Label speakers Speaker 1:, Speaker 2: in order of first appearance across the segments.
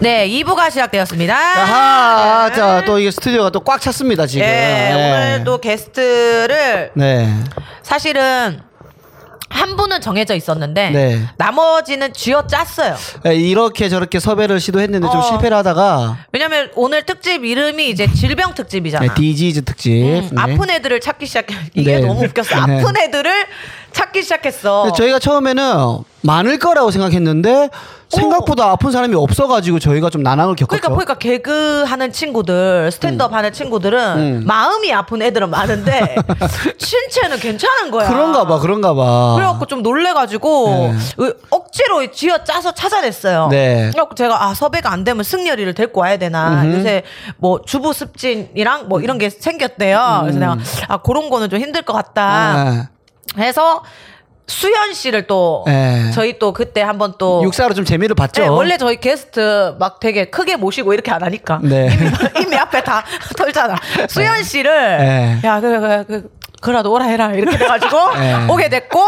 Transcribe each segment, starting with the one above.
Speaker 1: 네, 2부가 시작되었습니다.
Speaker 2: 아하, 자, 또 이게 스튜디오가 또 꽉 찼습니다, 지금.
Speaker 1: 예, 오늘 또 게스트를
Speaker 2: 네.
Speaker 1: 사실은 한 분은 정해져 있었는데
Speaker 2: 네.
Speaker 1: 나머지는 쥐어 짰어요.
Speaker 2: 예, 이렇게 저렇게 섭외를 시도했는데 좀
Speaker 1: 어.
Speaker 2: 실패를 하다가
Speaker 1: 왜냐면 오늘 특집 이름이 이제 질병 특집이잖아.
Speaker 2: 네, 디지즈 특집.
Speaker 1: 음,
Speaker 2: 네.
Speaker 1: 아픈 애들을 찾기 시작해. 이게
Speaker 2: 네.
Speaker 1: 너무 웃겼어.
Speaker 2: 네.
Speaker 1: 아픈 애들을 찾기 시작했어.
Speaker 2: 근데 저희가 처음에는 많을 거라고 생각했는데 생각보다 아픈 사람이 없어가지고 저희가 좀 난항을 겪었죠. 음.
Speaker 1: 그러니까 보니까 개그 하는 친구들, 스탠드업 하는 친구들은 마음이 아픈 애들은 많은데 신체는 괜찮은 거야.
Speaker 2: 그런가 봐, 그런가 봐.
Speaker 1: 그래갖고 좀 놀래가지고
Speaker 2: 아. 네.
Speaker 1: 으, 억지로 쥐어 짜서 찾아냈어요.
Speaker 2: 네.
Speaker 1: 그래갖고 제가 아 섭외가 안 되면 승렬이를 데리고 와야 되나. 요새 뭐 주부 습진이랑 뭐 이런 게 생겼대요.
Speaker 2: 음.
Speaker 1: 그래서 내가 아 그런 거는 좀 힘들 것 같다.
Speaker 2: 예.
Speaker 1: 해서 수현 씨를 또
Speaker 2: 네.
Speaker 1: 저희 또 그때 한번 또
Speaker 2: 육사로 좀 재미를 봤죠.
Speaker 1: 어. 네, 원래 저희 게스트 막 되게 크게 모시고 이렇게 안 하니까
Speaker 2: 네.
Speaker 1: 이미, 이미 앞에 다 털잖아. 수현 씨를
Speaker 2: 네.
Speaker 1: 야 그래 그래 그, 그라도 오라 해라 이렇게 돼가지고
Speaker 2: 네.
Speaker 1: 오게 됐고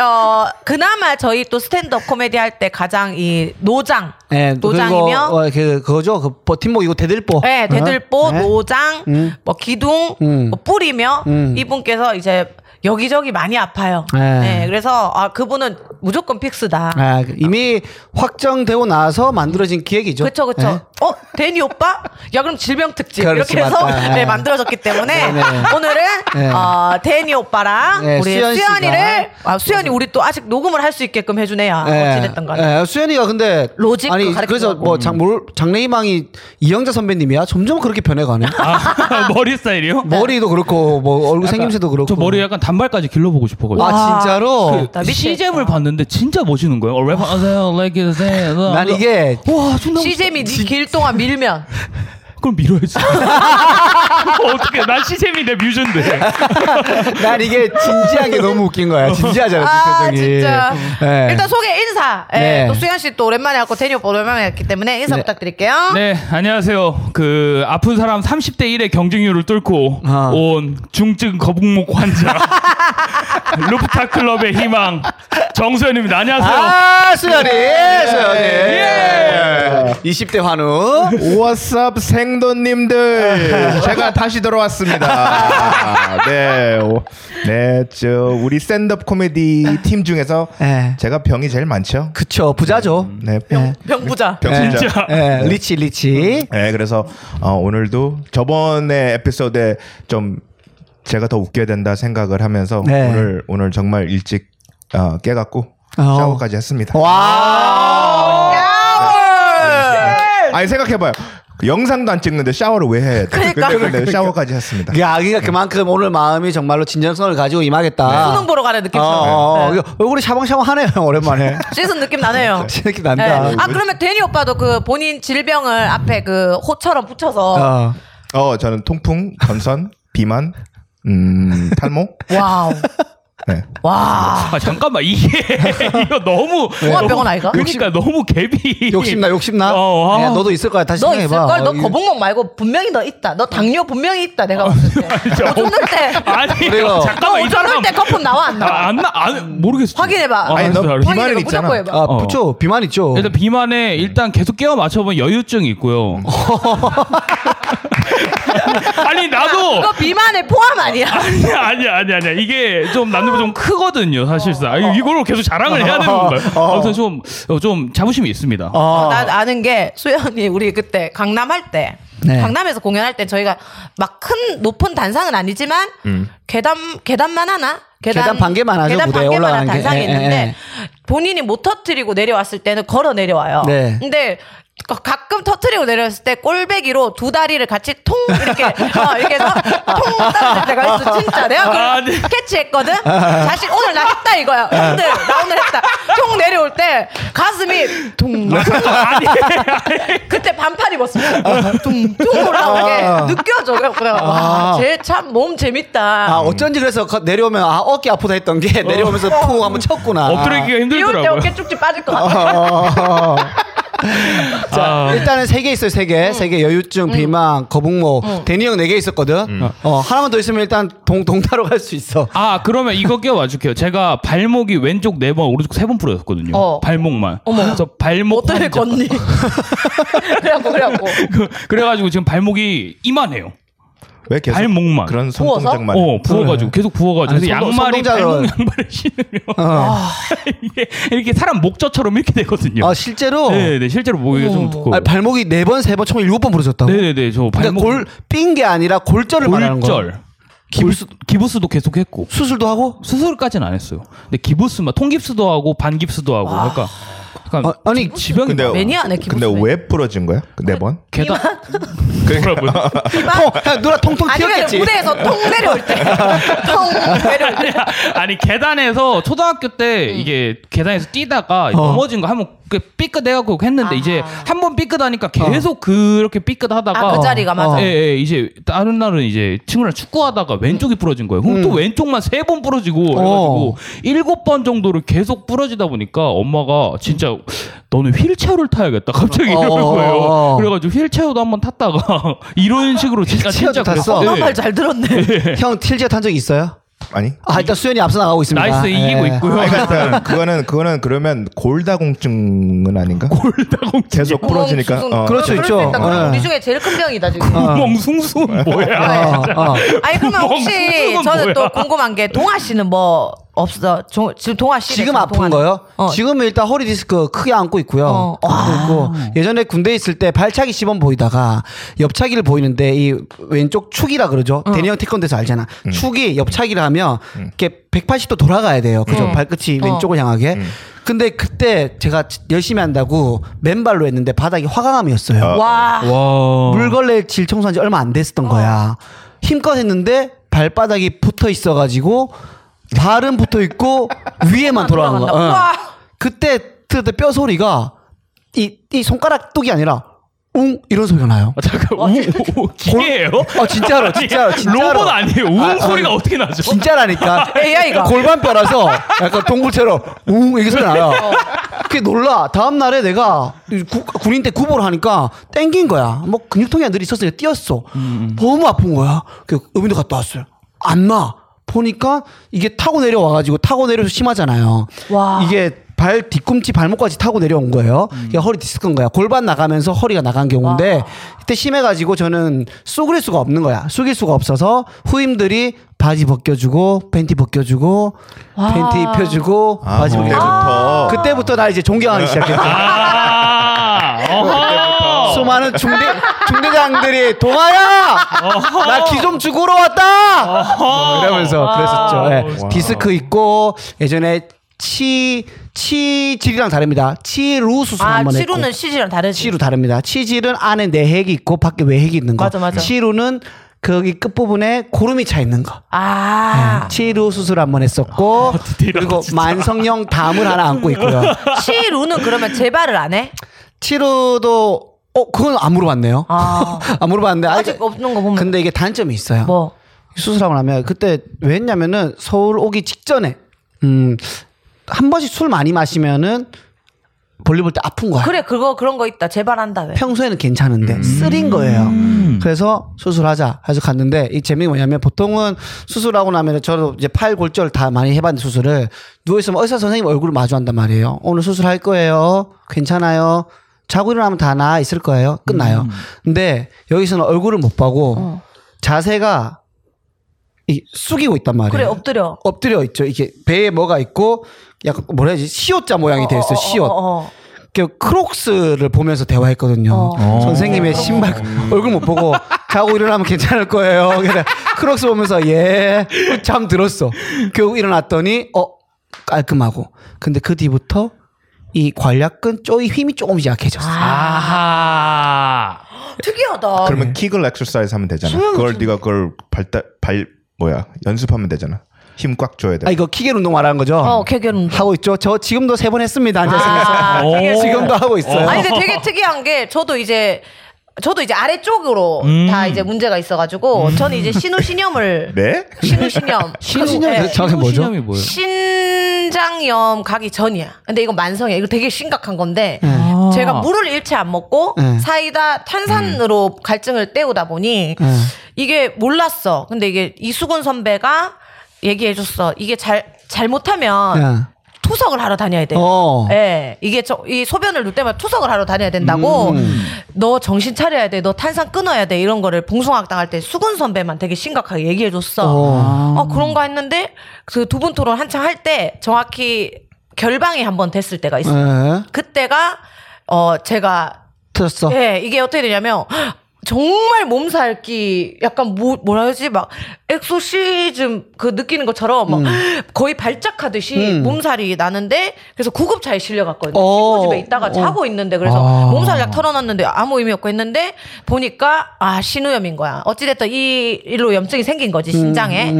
Speaker 1: 어 그나마 저희 또 스탠드업 코미디 할 때 가장 이 노장
Speaker 2: 예, 그리고,
Speaker 1: 노장이며
Speaker 2: 어, 그, 그거죠. 그 버팀목이고 대들보.
Speaker 1: 네, 대들보,
Speaker 2: 어? 네.
Speaker 1: 노장, 뭐 기둥,
Speaker 2: 음.
Speaker 1: 뭐 뿌리며
Speaker 2: 음.
Speaker 1: 이분께서 이제 여기저기 많이 아파요.
Speaker 2: 네.
Speaker 1: 네, 그래서 아 그분은 무조건 픽스다.
Speaker 2: 아, 그 이미 확정되고 나서 만들어진 기획이죠.
Speaker 1: 그쵸 그쵸.
Speaker 2: 예.
Speaker 1: 어 데니 오빠? 야 그럼 질병 특집
Speaker 2: 그렇지,
Speaker 1: 이렇게 해서
Speaker 2: 맞다. 예.
Speaker 1: 네, 만들어졌기 때문에
Speaker 2: 네, 네.
Speaker 1: 오늘은
Speaker 2: 네.
Speaker 1: 어, 데니 오빠랑
Speaker 2: 네,
Speaker 1: 우리
Speaker 2: 수연 씨가.
Speaker 1: 수연이를 아, 수연이 우리 또 아직 녹음을 할 수 있게끔 해주네요.
Speaker 2: 예.
Speaker 1: 아, 어찌됐든 간에.
Speaker 2: 예, 수현이가 근데
Speaker 1: 로직도
Speaker 2: 아니
Speaker 1: 가르치고
Speaker 2: 그래서
Speaker 1: 하고.
Speaker 2: 뭐
Speaker 3: 음.
Speaker 2: 장몰 장래희망이 이영자 선배님이야 점점 그렇게 변해가네.
Speaker 3: 아, 머리 스타일이요?
Speaker 2: 머리도 그렇고 뭐 얼굴 생김새도 그렇고.
Speaker 3: 저그 머리 약간 단발까지 길러보고 싶어가지고.
Speaker 2: 아
Speaker 1: 와.
Speaker 2: 진짜로.
Speaker 1: 나 미치겠다.
Speaker 3: 시잼을 봤는데 진짜 멋있는 거예요. 어, 랩하세요, like it, say.
Speaker 2: 난 이게
Speaker 3: 와, 존나
Speaker 1: 시잼이 니 길 동안 밀면
Speaker 3: 멋있다. 그럼 밀어야지. 어떻게? 난 시잼이 내 뮤즈인데.
Speaker 2: 난 이게 진지하게 너무 웃긴 거야. 진지하잖아
Speaker 1: 아
Speaker 2: 표정이.
Speaker 1: 진짜
Speaker 2: 예.
Speaker 1: 일단 소개 인사 예,
Speaker 2: 네.
Speaker 1: 또 수현 씨 또 오랜만에 왔고 데니 오빠 오랜만에 왔기 때문에 인사
Speaker 2: 네.
Speaker 1: 부탁드릴게요.
Speaker 3: 네, 안녕하세요. 그 아픈 사람 30대 1의 경쟁률을 뚫고
Speaker 2: 아.
Speaker 3: 온 중증 거북목 환자 루프타 클럽의 희망 정수현입니다. 안녕하세요.
Speaker 2: 아 수현이
Speaker 1: 네.
Speaker 2: 수현이.
Speaker 3: 예.
Speaker 2: 20대 환우.
Speaker 4: 워썹 생도님들 제가 다시 돌아왔습니다. 네, 오, 네, 저 우리 샌드업 코미디 팀 중에서
Speaker 2: 예.
Speaker 4: 제가 병이 제일 많죠.
Speaker 2: 그쵸 부자죠.
Speaker 3: 음.
Speaker 4: 네, 병,
Speaker 1: 병부자.
Speaker 4: 병
Speaker 2: 예.
Speaker 4: 진짜.
Speaker 3: 진짜.
Speaker 1: 네.
Speaker 2: 예, 리치 리치.
Speaker 4: 네, 그래서 어, 오늘도 저번에 에피소드에 좀 제가 더 웃겨야 된다 생각을 하면서
Speaker 2: 네.
Speaker 4: 오늘 오늘 정말 일찍 어, 깨갖고
Speaker 2: 어.
Speaker 4: 샤워까지 했습니다.
Speaker 2: 와.
Speaker 1: 아,
Speaker 2: 네.
Speaker 4: 아니 생각해봐요. 영상도 안 찍는데 샤워를 왜 해야 돼?
Speaker 1: 그러니까.
Speaker 4: 근데, 근데 샤워까지 했습니다.
Speaker 2: 그 아기가 그만큼 오늘 마음이 정말로 진정성을 가지고 임하겠다.
Speaker 1: 네. 수능 보러 가는
Speaker 2: 어,
Speaker 1: 느낌처럼
Speaker 2: 어, 어.
Speaker 1: 네.
Speaker 2: 얼굴이 샤방샤방하네요 오랜만에.
Speaker 1: 씻은 느낌 나네요.
Speaker 2: 새끼
Speaker 1: 네.
Speaker 2: 난다.
Speaker 1: 아 그러면 데니 오빠도 그 본인 질병을 앞에 그 호처럼 붙여서
Speaker 2: 어.
Speaker 4: 어, 저는 통풍, 전선, 비만, 음, 탈모.
Speaker 1: 와우
Speaker 4: 네.
Speaker 1: 와
Speaker 3: 아 잠깐만 이게 이거 너무
Speaker 1: 종합병원 아이가?
Speaker 3: 그러니까 너무 갭이
Speaker 2: 욕심나 욕심나.
Speaker 3: 어, 어.
Speaker 2: 야, 너도 있을 거야. 다시
Speaker 1: 너
Speaker 2: 생각해봐.
Speaker 1: 있을 걸너
Speaker 2: 어, 이-
Speaker 1: 거북목 말고 분명히 너 있다. 너 당뇨 분명히 있다. 내가 봤을 때.
Speaker 3: 진짜.
Speaker 1: 오줌 넣을 때.
Speaker 3: 아니
Speaker 2: 그래요.
Speaker 3: 잠깐만 아,
Speaker 1: 너 오줌 넣을 어, 때 거품 나와 안 나와?
Speaker 3: 안나안 모르겠어
Speaker 1: 확인해봐.
Speaker 3: 아,
Speaker 1: 아니,
Speaker 3: 알았어,
Speaker 4: 너
Speaker 3: 알았어.
Speaker 4: 비만은
Speaker 1: 확인해봐.
Speaker 4: 있잖아.
Speaker 1: 무조건 해봐.
Speaker 2: 아, 그쵸. 비만 있죠.
Speaker 3: 일단 비만에 일단 계속 깨워 맞춰보면 여유증이 있고요 아니 나도
Speaker 1: 그거 비만에 포함 아니야?
Speaker 3: 아니 아니 아니 아니 이게 좀 난이도 좀 크거든요 사실상 아, 이걸 계속 자랑을 해야 되는 건가요? 아무튼 좀좀 자부심이 있습니다.
Speaker 2: 어.
Speaker 1: 나 아는 게 수연이 우리 그때 강남 할 때.
Speaker 2: 네.
Speaker 1: 강남에서 공연할 때 저희가 막 큰 높은 단상은 아니지만
Speaker 3: 음.
Speaker 1: 계단 계단만 하나
Speaker 2: 계단 반 개만 하죠,
Speaker 1: 계단
Speaker 2: 무대에
Speaker 1: 반 개만 한
Speaker 2: 올라가는 게.
Speaker 1: 단상이
Speaker 2: 예,
Speaker 1: 있는데
Speaker 2: 예, 예.
Speaker 1: 본인이 못 터트리고 내려왔을 때는 걸어 내려와요.
Speaker 2: 네.
Speaker 1: 근데 가- 가끔 터트리고 내려왔을 때 꼴배기로 두 다리를 같이 통 이렇게 어, 이렇게 해서 통 떨어질 때가 있어 진짜 내가 그걸
Speaker 3: 아, 네.
Speaker 1: 캐치했거든 사실 오늘 나 했다 이거야 오늘 나 오늘 했다 통 내려올 때 가슴이 통
Speaker 3: 아니
Speaker 1: 그때 반팔 입었습니다. 둥둥 올라온 게 느껴져. 그래, 그래. 와, 쟤참몸
Speaker 2: 아,
Speaker 1: 재밌다.
Speaker 2: 어쩐지 그래서 거- 내려오면 아, 어깨 아프다 했던 게
Speaker 3: 아.
Speaker 2: 내려오면서 푹 한번 쳤구나.
Speaker 3: 엎드리기가
Speaker 1: 이럴 때
Speaker 2: 아,
Speaker 3: 힘들더라고요.
Speaker 1: 어깨 쭉쭉 빠질 것 같아.
Speaker 2: 자,
Speaker 3: 아.
Speaker 2: 일단은 세 개 있어요, 세 개.
Speaker 1: 음.
Speaker 2: 세 개. 여유증, 비만, 거북목. 데니 형 네 개 있었거든.
Speaker 3: 음.
Speaker 2: 어, 하나만 더 있으면 일단 동, 동타로 갈 수 있어.
Speaker 3: 아 그러면 이거 껴와 줄게요. 제가 발목이 왼쪽 네 번, 오른쪽 세 번 부러졌거든요.
Speaker 1: 어.
Speaker 3: 발목만. 그래서 발목
Speaker 1: 어떻게
Speaker 3: 환자.
Speaker 1: 걷니? 그래갖고 그래갖고
Speaker 3: 그- 그래가지고 지금 발목이 이만해요.
Speaker 4: 왜 계속
Speaker 3: 발목만.
Speaker 4: 그런 손
Speaker 1: 부어서?
Speaker 4: 동작만 해?
Speaker 3: 어 부어가지고 계속 부어가지고
Speaker 2: 아니,
Speaker 3: 그래서
Speaker 2: 손동-
Speaker 3: 양말이
Speaker 2: 손동작으로.
Speaker 3: 발목 양말을 신으면
Speaker 1: 아.
Speaker 2: 어.
Speaker 3: 이게 이렇게 사람 목젖처럼 이렇게 되거든요.
Speaker 2: 아, 실제로
Speaker 3: 네네 실제로 목이
Speaker 1: 어머.
Speaker 3: 좀 두꺼워.
Speaker 2: 아니, 발목이 네 번, 세 번, 총 일곱 번 부러졌다고.
Speaker 3: 네네네 저
Speaker 2: 그러니까
Speaker 3: 발목
Speaker 2: 골 삔 게 아니라 골절을 말하는 거야.
Speaker 3: 골절. 기부스 기부스도 계속 했고
Speaker 2: 수술도 하고?
Speaker 3: 수술까지는 안 했어요. 근데 기부스만 통깁스도 하고 반깁스도 하고 그러니까 약간
Speaker 2: 아, 아니,
Speaker 3: 지병이
Speaker 4: 근데
Speaker 3: 많아.
Speaker 1: 매니아네, 기부스
Speaker 4: 근데
Speaker 1: 매니아.
Speaker 4: 왜 부러진 거야? 그네 번?
Speaker 3: 계단 뭐라고요?
Speaker 2: 통, 그냥 어, 누나 통통
Speaker 1: 아니면 그러니까
Speaker 2: 튀었겠지.
Speaker 1: 무대에서 통 내려올 때통 내려올 때
Speaker 3: 아니 계단에서 초등학교 때 이게 계단에서 뛰다가 넘어진 거 한번 삐끗해갖고 했는데 이제 한 번 삐끗하니까
Speaker 2: 어.
Speaker 3: 계속 그렇게 삐끗하다가
Speaker 1: 아, 그 자리가 맞아.
Speaker 3: 예, 예, 이제 다른 날은 이제 친구랑 축구하다가 왼쪽이 부러진 거예요. 그럼
Speaker 2: 음.
Speaker 3: 또 왼쪽만 세 번 부러지고
Speaker 2: 어.
Speaker 3: 그래가지고 일곱 번 정도를 계속 부러지다 보니까 엄마가 진짜 너는 휠체어를 타야겠다 갑자기 이러는
Speaker 2: 어,
Speaker 3: 거예요.
Speaker 2: 어, 어.
Speaker 3: 그래가지고 휠체어도 한번 탔다가 이런 식으로 진짜
Speaker 2: 휠체어도
Speaker 3: 진짜 그래요.
Speaker 2: 탔어?
Speaker 3: 네.
Speaker 1: 너무 아, 말잘 들었네.
Speaker 2: 형 틸제 탄적 있어요?
Speaker 4: 아니.
Speaker 2: 아, 일단 수현이 앞서 나가고 있습니다.
Speaker 3: 네. 나이스 이기고
Speaker 2: 예.
Speaker 3: 있고요.
Speaker 4: 아니, 그러니까 그거는 그거는 그러면 골다공증은 아닌가?
Speaker 3: 골다공증
Speaker 4: 계속 부러지니까.
Speaker 1: 구멍,
Speaker 4: 어.
Speaker 2: 그렇죠,
Speaker 1: 그럴 수
Speaker 2: 있죠.
Speaker 1: 있다고.
Speaker 2: 예.
Speaker 1: 우리 중에 제일 큰 병이다 지금.
Speaker 3: 구멍 숭숭은 뭐야?
Speaker 2: 어, 어.
Speaker 1: 아니 그러면
Speaker 3: 구멍
Speaker 1: 혹시
Speaker 3: 숭숭은
Speaker 1: 저는 또
Speaker 3: 뭐야?
Speaker 1: 궁금한 게 동아 씨는 뭐 없어? 조- 지금 동아 씨
Speaker 2: 지금 아픈 거요? 지금은 일단 허리 디스크 크게 안고 있고요.
Speaker 1: 어.
Speaker 2: 안고 있고 예전에 군대 에 있을 때 발차기 시범 보이다가 옆차기를 보이는데 이 왼쪽 축이라 그러죠. 대니형 태권도에서 알잖아. 축이 옆차기를 하면 이렇게 180도 돌아가야 돼요. 그죠? 발끝이 왼쪽을 향하게. 근데 그때 제가 열심히 한다고 맨발로 했는데 바닥이 화강암이었어요.
Speaker 1: 아. 와
Speaker 2: 어.
Speaker 3: 와.
Speaker 2: 물걸레 질 청소한 지 얼마 안 됐었던 거야. 힘껏 했는데 발바닥이 붙어 있어가지고 발은 붙어 있고 위에만 돌아간 거야.
Speaker 1: 돌아간다.
Speaker 2: 응.
Speaker 1: 우와.
Speaker 2: 그때 들었던 뼈 소리가 이, 이 손가락 뚝이 아니라 웅 이런 소리가 나요.
Speaker 3: 아, 잠깐
Speaker 1: 어,
Speaker 3: 우, 우, 우 기계예요?
Speaker 2: 아 진짜로
Speaker 3: 아니,
Speaker 2: 진짜로 진짜로.
Speaker 3: 로봇 아니에요? 웅
Speaker 2: 아,
Speaker 3: 소리가
Speaker 2: 아니,
Speaker 3: 어떻게 나죠?
Speaker 2: 진짜라니까.
Speaker 1: AI가.
Speaker 2: 골반뼈라서 약간 동굴처럼 웅 이게 소리 나요. 그게 놀라. 다음 날에 내가 이 구- 군인 때 구보를 하니까 땡긴 거야. 뭐 근육통이 늘 있었으니까 뛰었어. 너무 아픈 거야. 그 의문도 갔다 왔어요. 안 나. 보니까 이게 타고 내려와가지고 타고 내려서 심하잖아요.
Speaker 1: 와.
Speaker 2: 이게 발 뒤꿈치 발목까지 타고 내려온 거예요. 이게 허리 디스크인 거야. 골반 나가면서 허리가 나간 경우인데 이때 심해가지고 저는 쏘그릴 수가 없는 거야. 숙일 수가 없어서 후임들이 바지 벗겨주고 팬티 벗겨주고 팬티 입혀주고
Speaker 4: 아,
Speaker 2: 바지 벗겨주고
Speaker 4: 그때부터.
Speaker 2: 그때부터 나 이제 존경하기 시작했어.
Speaker 3: 아, 어허.
Speaker 2: 수많은 중대 중대장들이 동아야 나 기 좀 죽으러 왔다 뭐 이러면서 그랬었죠. 예.
Speaker 4: 와우.
Speaker 2: 디스크 있고 예전에 치 치질이랑 다릅니다. 치루 수술
Speaker 1: 아
Speaker 2: 한번 했고.
Speaker 1: 치루는 시지랑 다르지.
Speaker 2: 치루 다릅니다. 치질은 안에 내핵이 있고 밖에 외핵이 있는 거.
Speaker 1: 맞아, 맞아.
Speaker 2: 치루는 거기 끝부분에 고름이 차 있는 거.
Speaker 1: 아
Speaker 2: 치루 수술 한번 했었고
Speaker 3: 디테일하다,
Speaker 2: 그리고
Speaker 3: 아, 진짜.
Speaker 2: 만성형 담을 하나 안고 있고요.
Speaker 1: 치루는 그러면 재발을 안 해?
Speaker 2: 치루도 어 그건 안 물어봤네요.
Speaker 1: 아.
Speaker 2: 안 물어봤는데 아직,
Speaker 1: 아직 없는 거 보면
Speaker 2: 네, 근데 이게 단점이 있어요.
Speaker 1: 뭐
Speaker 2: 수술하고 나면 그때 왜 했냐면은 서울 오기 직전에 음 한 번씩 술 많이 마시면은 볼일 볼 때 아픈 거야.
Speaker 1: 그래 그거 그런 거 있다 재발한다 왜?
Speaker 2: 평소에는 괜찮은데 쓰린 거예요.
Speaker 3: 음.
Speaker 2: 음. 그래서 수술하자 해서 갔는데 이 재미가 뭐냐면 보통은 수술하고 나면 저도 이제 팔 골절 다 많이 해봤는데 수술을 누워있으면 의사 선생님 얼굴을 마주한단 말이에요. 오늘 수술할 거예요. 괜찮아요. 자고 일어나면 다 나아 있을 거예요. 끝나요. 근데 여기서는 얼굴을 못 보고 자세가 이 숙이고 있단 말이에요.
Speaker 1: 그래 엎드려.
Speaker 2: 엎드려 있죠. 이게 배에 뭐가 있고 약간 뭐라 해야지 시옷자 모양이 돼 있어요. 시옷.
Speaker 1: 어, 어, 어.
Speaker 2: 그 크록스를 보면서 대화했거든요.
Speaker 1: 어.
Speaker 2: 선생님의 신발 얼굴 못 보고 자고 일어나면 괜찮을 거예요. 그래 크록스 보면서 예 잠 들었어. 결국 일어났더니 어 깔끔하고 근데 그 뒤부터 이 관략근 쪽이 힘이 조금씩 약해졌어.
Speaker 3: 아하.
Speaker 1: 아, 특이하다.
Speaker 4: 그러면 킥을 엑서사이즈 하면 되잖아. 그걸 네가 그걸 발달 발 뭐야 연습하면 되잖아. 힘 꽉 줘야 돼.
Speaker 2: 아 이거 키겔 운동 말하는 거죠?
Speaker 1: 어 개결은.
Speaker 2: 하고 있죠. 저 지금도 세 번 했습니다. 앉아서
Speaker 1: 아,
Speaker 3: 오.
Speaker 1: 되게-
Speaker 2: 지금도 하고 있어요.
Speaker 1: 아니 근데 되게 특이한 게 저도 이제 저도 이제 아래쪽으로
Speaker 3: 음.
Speaker 1: 다 이제 문제가 있어가지고 저는 이제 신우신염을
Speaker 4: 네?
Speaker 1: 신우신염
Speaker 2: 음. 신우신염?
Speaker 1: 네.
Speaker 2: 저게 뭐죠?
Speaker 3: 신우신염이 뭐예요?
Speaker 1: 신장염 가기 전이야. 근데 이거 만성이야. 이거 되게 심각한 건데
Speaker 2: 아.
Speaker 1: 제가
Speaker 3: 어.
Speaker 1: 물을 일체 안 먹고
Speaker 2: 네.
Speaker 1: 사이다 탄산으로 갈증을 때우다 보니
Speaker 2: 네.
Speaker 1: 이게 몰랐어. 근데 이게 이수근 선배가 얘기해줬어. 이게 잘 잘못하면 투석을 하러 다녀야 돼.
Speaker 2: 예. 어.
Speaker 1: 예, 이게 저, 이 소변을 눌 때마다 투석을 하러 다녀야 된다고. 너 정신 차려야 돼. 너 탄산 끊어야 돼. 이런 거를 봉숭아학 당할 때 수근 선배만 되게 심각하게 얘기해 줬어.
Speaker 2: 어.
Speaker 1: 어, 그런가 했는데 그 두 분 토론 한창 할 때 정확히 결방이 한 번 됐을 때가 있어. 요
Speaker 2: 예.
Speaker 1: 그때가 어 제가
Speaker 2: 틀었어.
Speaker 1: 예, 이게 어떻게 되냐면 정말 몸살기 약간 뭐, 뭐라 해야지 막 엑소시즘 그 느끼는 것처럼 막
Speaker 2: 음.
Speaker 1: 거의 발작하듯이 몸살이 나는데 그래서 구급차에 실려갔거든요.
Speaker 2: 어.
Speaker 1: 친구 집에 있다가
Speaker 2: 어.
Speaker 1: 자고 있는데 그래서
Speaker 2: 아.
Speaker 1: 몸살약 털어놨는데 아무 의미 없고 했는데 보니까 아 신우염인 거야. 어찌됐든 이 일로 염증이 생긴 거지
Speaker 2: 음,
Speaker 1: 신장에.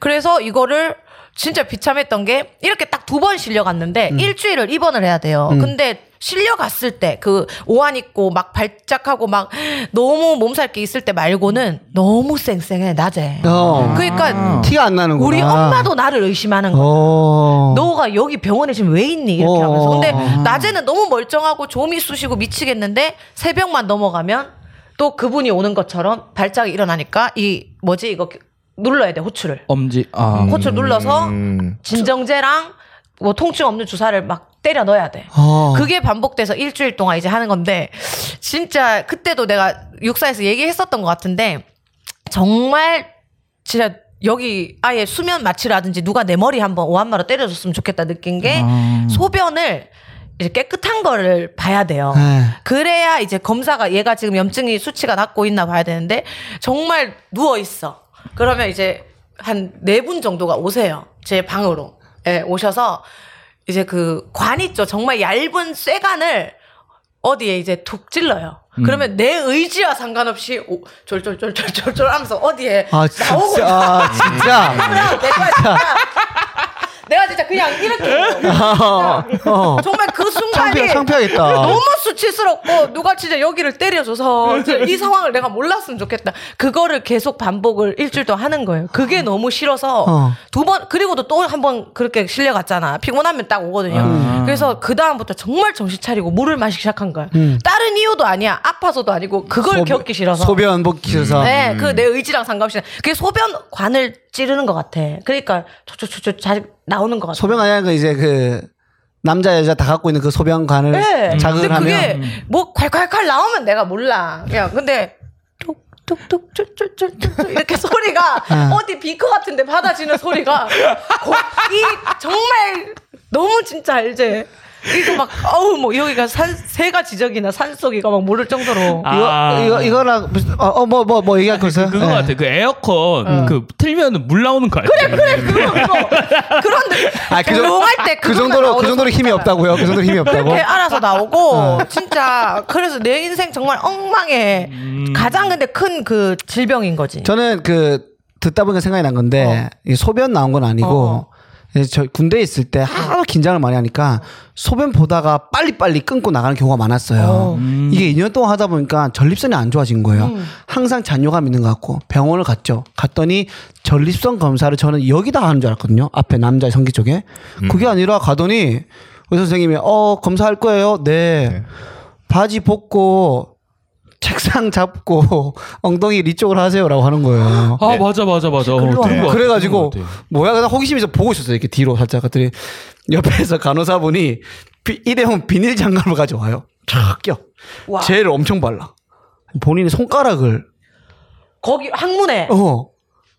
Speaker 1: 그래서 이거를 진짜 비참했던 게 이렇게 딱 두 번 실려갔는데
Speaker 2: 음.
Speaker 1: 일주일을 입원을 해야 돼요. 근데 실려갔을 때 그 오한 있고 막 발작하고 막 너무 몸살기 있을 때 말고는 너무 쌩쌩해 낮에.
Speaker 2: 어.
Speaker 1: 그러니까
Speaker 2: 티가 안 나는구나.
Speaker 1: 우리 엄마도 나를 의심하는 거야.
Speaker 2: 어.
Speaker 1: 너가 여기 병원에 지금 왜 있니? 이렇게
Speaker 2: 어.
Speaker 1: 하면서. 근데 낮에는 너무 멀쩡하고 조미 쑤시고 미치겠는데 새벽만 넘어가면 또 그분이 오는 것처럼 발작이 일어나니까 이 뭐지 이거 눌러야 돼 호추를.
Speaker 3: 엄지 아
Speaker 1: 호추 를 눌러서
Speaker 4: 음.
Speaker 1: 진정제랑 뭐 통증 없는 주사를 막 때려 넣어야 돼.
Speaker 2: 어.
Speaker 1: 그게 반복돼서 일주일 동안 이제 하는 건데 진짜 그때도 내가 육사에서 얘기했었던 것 같은데 정말 진짜 여기 아예 수면 마취라든지 누가 내 머리 한번 오한마로 때려줬으면 좋겠다 느낀 게 소변을 이제 깨끗한 거를 봐야 돼요.
Speaker 2: 네.
Speaker 1: 그래야 이제 검사가 얘가 지금 염증이 수치가 낮고 있나 봐야 되는데 정말 누워 있어. 그러면 이제 한 네 분 정도가 오세요. 제 방으로. 예, 오셔서 이제 그 관 있죠. 정말 얇은 쇠관을 어디에 이제 툭 찔러요.
Speaker 2: 음.
Speaker 1: 그러면 내 의지와 상관없이 오, 졸졸졸졸졸졸 하면서 어디에
Speaker 2: 아 진짜.
Speaker 1: 나오고 있어.
Speaker 2: 아 진짜.
Speaker 1: 내가 진짜 내가 진짜 그냥 이렇게
Speaker 2: 어. 어.
Speaker 1: 정말 그 순간이
Speaker 2: 창피해, 창피하겠다.
Speaker 1: 너무 수치스럽고 누가 진짜 여기를 때려줘서 진짜 이 상황을 내가 몰랐으면 좋겠다. 그거를 계속 반복을 일주일 동안 하는 거예요. 그게 너무 싫어서
Speaker 2: 어.
Speaker 1: 두 번 그리고도 또 한 번 그렇게 실려갔잖아. 피곤하면 딱 오거든요.
Speaker 2: 음.
Speaker 1: 그래서 그 다음부터 정말 정신 차리고 물을 마시기 시작한 거야. 다른 이유도 아니야. 아파서도 아니고 그걸
Speaker 2: 음. 소변-
Speaker 1: 겪기 싫어서.
Speaker 2: 소변 음. 복기 싫어서.
Speaker 1: 네, 그 내 의지랑 상관없이 그게 소변관을 찌르는 것 같아. 그러니까 저저저저 잘 나오는 것 같아.
Speaker 2: 소변 아니야 그 이제 그 남자 여자 다 갖고 있는 그 소변관을
Speaker 1: 네.
Speaker 2: 자극을
Speaker 1: 근데
Speaker 2: 하면
Speaker 1: 그게 뭐 콸콸콸 나오면 내가 몰라. 그냥 근데 뚝뚝뚝 쫄쫄쫄쫄 이렇게 소리가
Speaker 2: 아.
Speaker 1: 어디 비커 같은데 받아지는 소리가 고- 이 정말 너무 진짜 알제. 이거 막 어우 뭐 여기가 산 새가 지적이나 산속이가 막 모를 정도로
Speaker 2: 이거
Speaker 3: 아.
Speaker 2: 이거 이거랑 어뭐 뭐 뭐 얘기할 거 있어요?
Speaker 3: 그거
Speaker 2: 네.
Speaker 3: 같아 그 에어컨 그 틀면 물 나오는 거 네. 같아
Speaker 1: 음. 그래 그거 그거 그런데
Speaker 2: 아, 그, 정-
Speaker 1: 할때
Speaker 2: 그 정도로 어. 그 정도로 힘이 없다고요. 그 정도로 힘이 없다고.
Speaker 1: 그렇게 예, 알아서 나오고 진짜 그래서 내 인생 정말 엉망의 가장 근데 큰 그 질병인 거지.
Speaker 2: 음. 저는 그 듣다 보니까 생각이 난 건데 이 소변 나온 건 아니고
Speaker 1: 어.
Speaker 2: 이제 저 군대에 있을 때 하도 긴장을 많이 하니까 소변 보다가 빨리빨리 끊고 나가는 경우가 많았어요.
Speaker 1: 어.
Speaker 2: 이게 2년 동안 하다 보니까 전립선이 안 좋아진 거예요.
Speaker 1: 음.
Speaker 2: 항상 잔뇨감 있는 것 같고 병원을 갔죠. 갔더니 전립선 검사를 저는 여기다 하는 줄 알았거든요. 앞에 남자 성기 쪽에. 그게 아니라 가더니 의사 선생님이 어 검사할 거예요. 네. 바지 벗고 책상 잡고 엉덩이 이쪽으로 하세요라고 하는 거예요.
Speaker 3: 아 맞아 맞아 맞아 어, 들은 거 같아, 들은
Speaker 2: 그래가지고
Speaker 3: 거 같아.
Speaker 2: 뭐야 그냥 호기심에서 보고 있었어요 이렇게 뒤로 살짝 갔더니 옆에서 간호사분이 비- 일회용 비닐 장갑을 가져와요 촥 껴.
Speaker 1: 와.
Speaker 2: 젤을 엄청 발라 본인이 손가락을
Speaker 1: 거기 항문에
Speaker 2: 어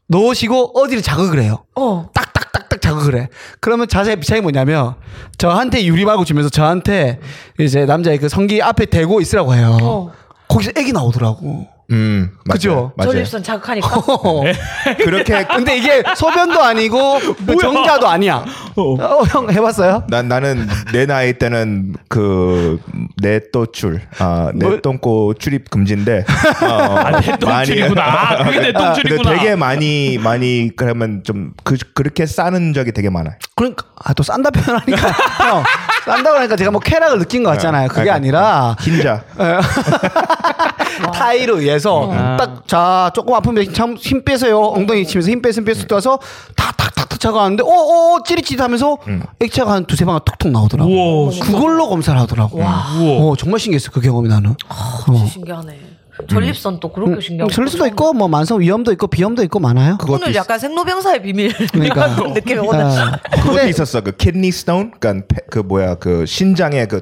Speaker 2: 넣으시고 어디를 자극을 해요
Speaker 1: 어.
Speaker 2: 딱딱딱딱 자극을 해 그러면 자세의 비차이 뭐냐면 저한테 유리마구 주면서 저한테 이제 남자의 그 성기 앞에 대고 있으라고 해요
Speaker 1: 어.
Speaker 2: 거기서 애기 나오더라고
Speaker 4: 음, 맞아요.
Speaker 2: 그죠?
Speaker 4: 맞아요.
Speaker 1: 전립선 자극하니까
Speaker 4: 그렇게
Speaker 2: 네. 근데 이게 소변도 아니고 정자도 아니야. 어, 형 해봤어요?
Speaker 4: 난 나는 내 나이 때는 그, 그내 또출 아내
Speaker 2: 뭘?
Speaker 4: 똥꼬 출입 금지인데 어,
Speaker 3: 뭐? 아, 내 똥줄이구나. 아, 그게 내
Speaker 4: 아,
Speaker 3: 똥줄이구나.
Speaker 4: 근데 되게 많이 많이 그러면 좀 그 그렇게 싸는 적이 되게 많아요.
Speaker 2: 그러니까 아 또 싼다 표현하니까 형 난다고 하니까 제가 뭐 쾌락을 느낀 것 같잖아요. 그게 아니라
Speaker 4: 긴자.
Speaker 2: 타이로 의해서 딱 자 조금 아프면 참 힘 빼세요 엉덩이 치면서 힘 빼서 힘 빼서 떠서 탁탁탁탁 차가 하는데 오오 찌릿찌릿하면서 액체가 한 두세 방울 톡톡 나오더라고
Speaker 3: 우와,
Speaker 2: 그걸로 검사를 하더라고
Speaker 3: 우와.
Speaker 2: 어, 정말 신기했어 그 경험이 나는
Speaker 1: 진짜 신기하네. 전립선 또 아, 그렇게 신기하고.
Speaker 2: 음, 전립 수도 있고 뭐 만성 위염도 있고 비염도 있고 많아요
Speaker 1: 오늘 약간 생로병사의 비밀
Speaker 2: 그러니까.
Speaker 1: 이런 느낌이 오늘
Speaker 2: 아,
Speaker 4: 그것도
Speaker 2: 근데
Speaker 4: 있었어. 그 키드니 스톤, 그러니까 페- 그 뭐야 그 신장의 그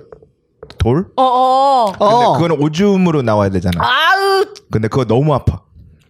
Speaker 4: 돌.
Speaker 1: 어어
Speaker 4: 근데
Speaker 2: 어
Speaker 4: 그거는 오줌으로 나와야 되잖아.
Speaker 1: 아우
Speaker 4: 근데 그거 너무 아파.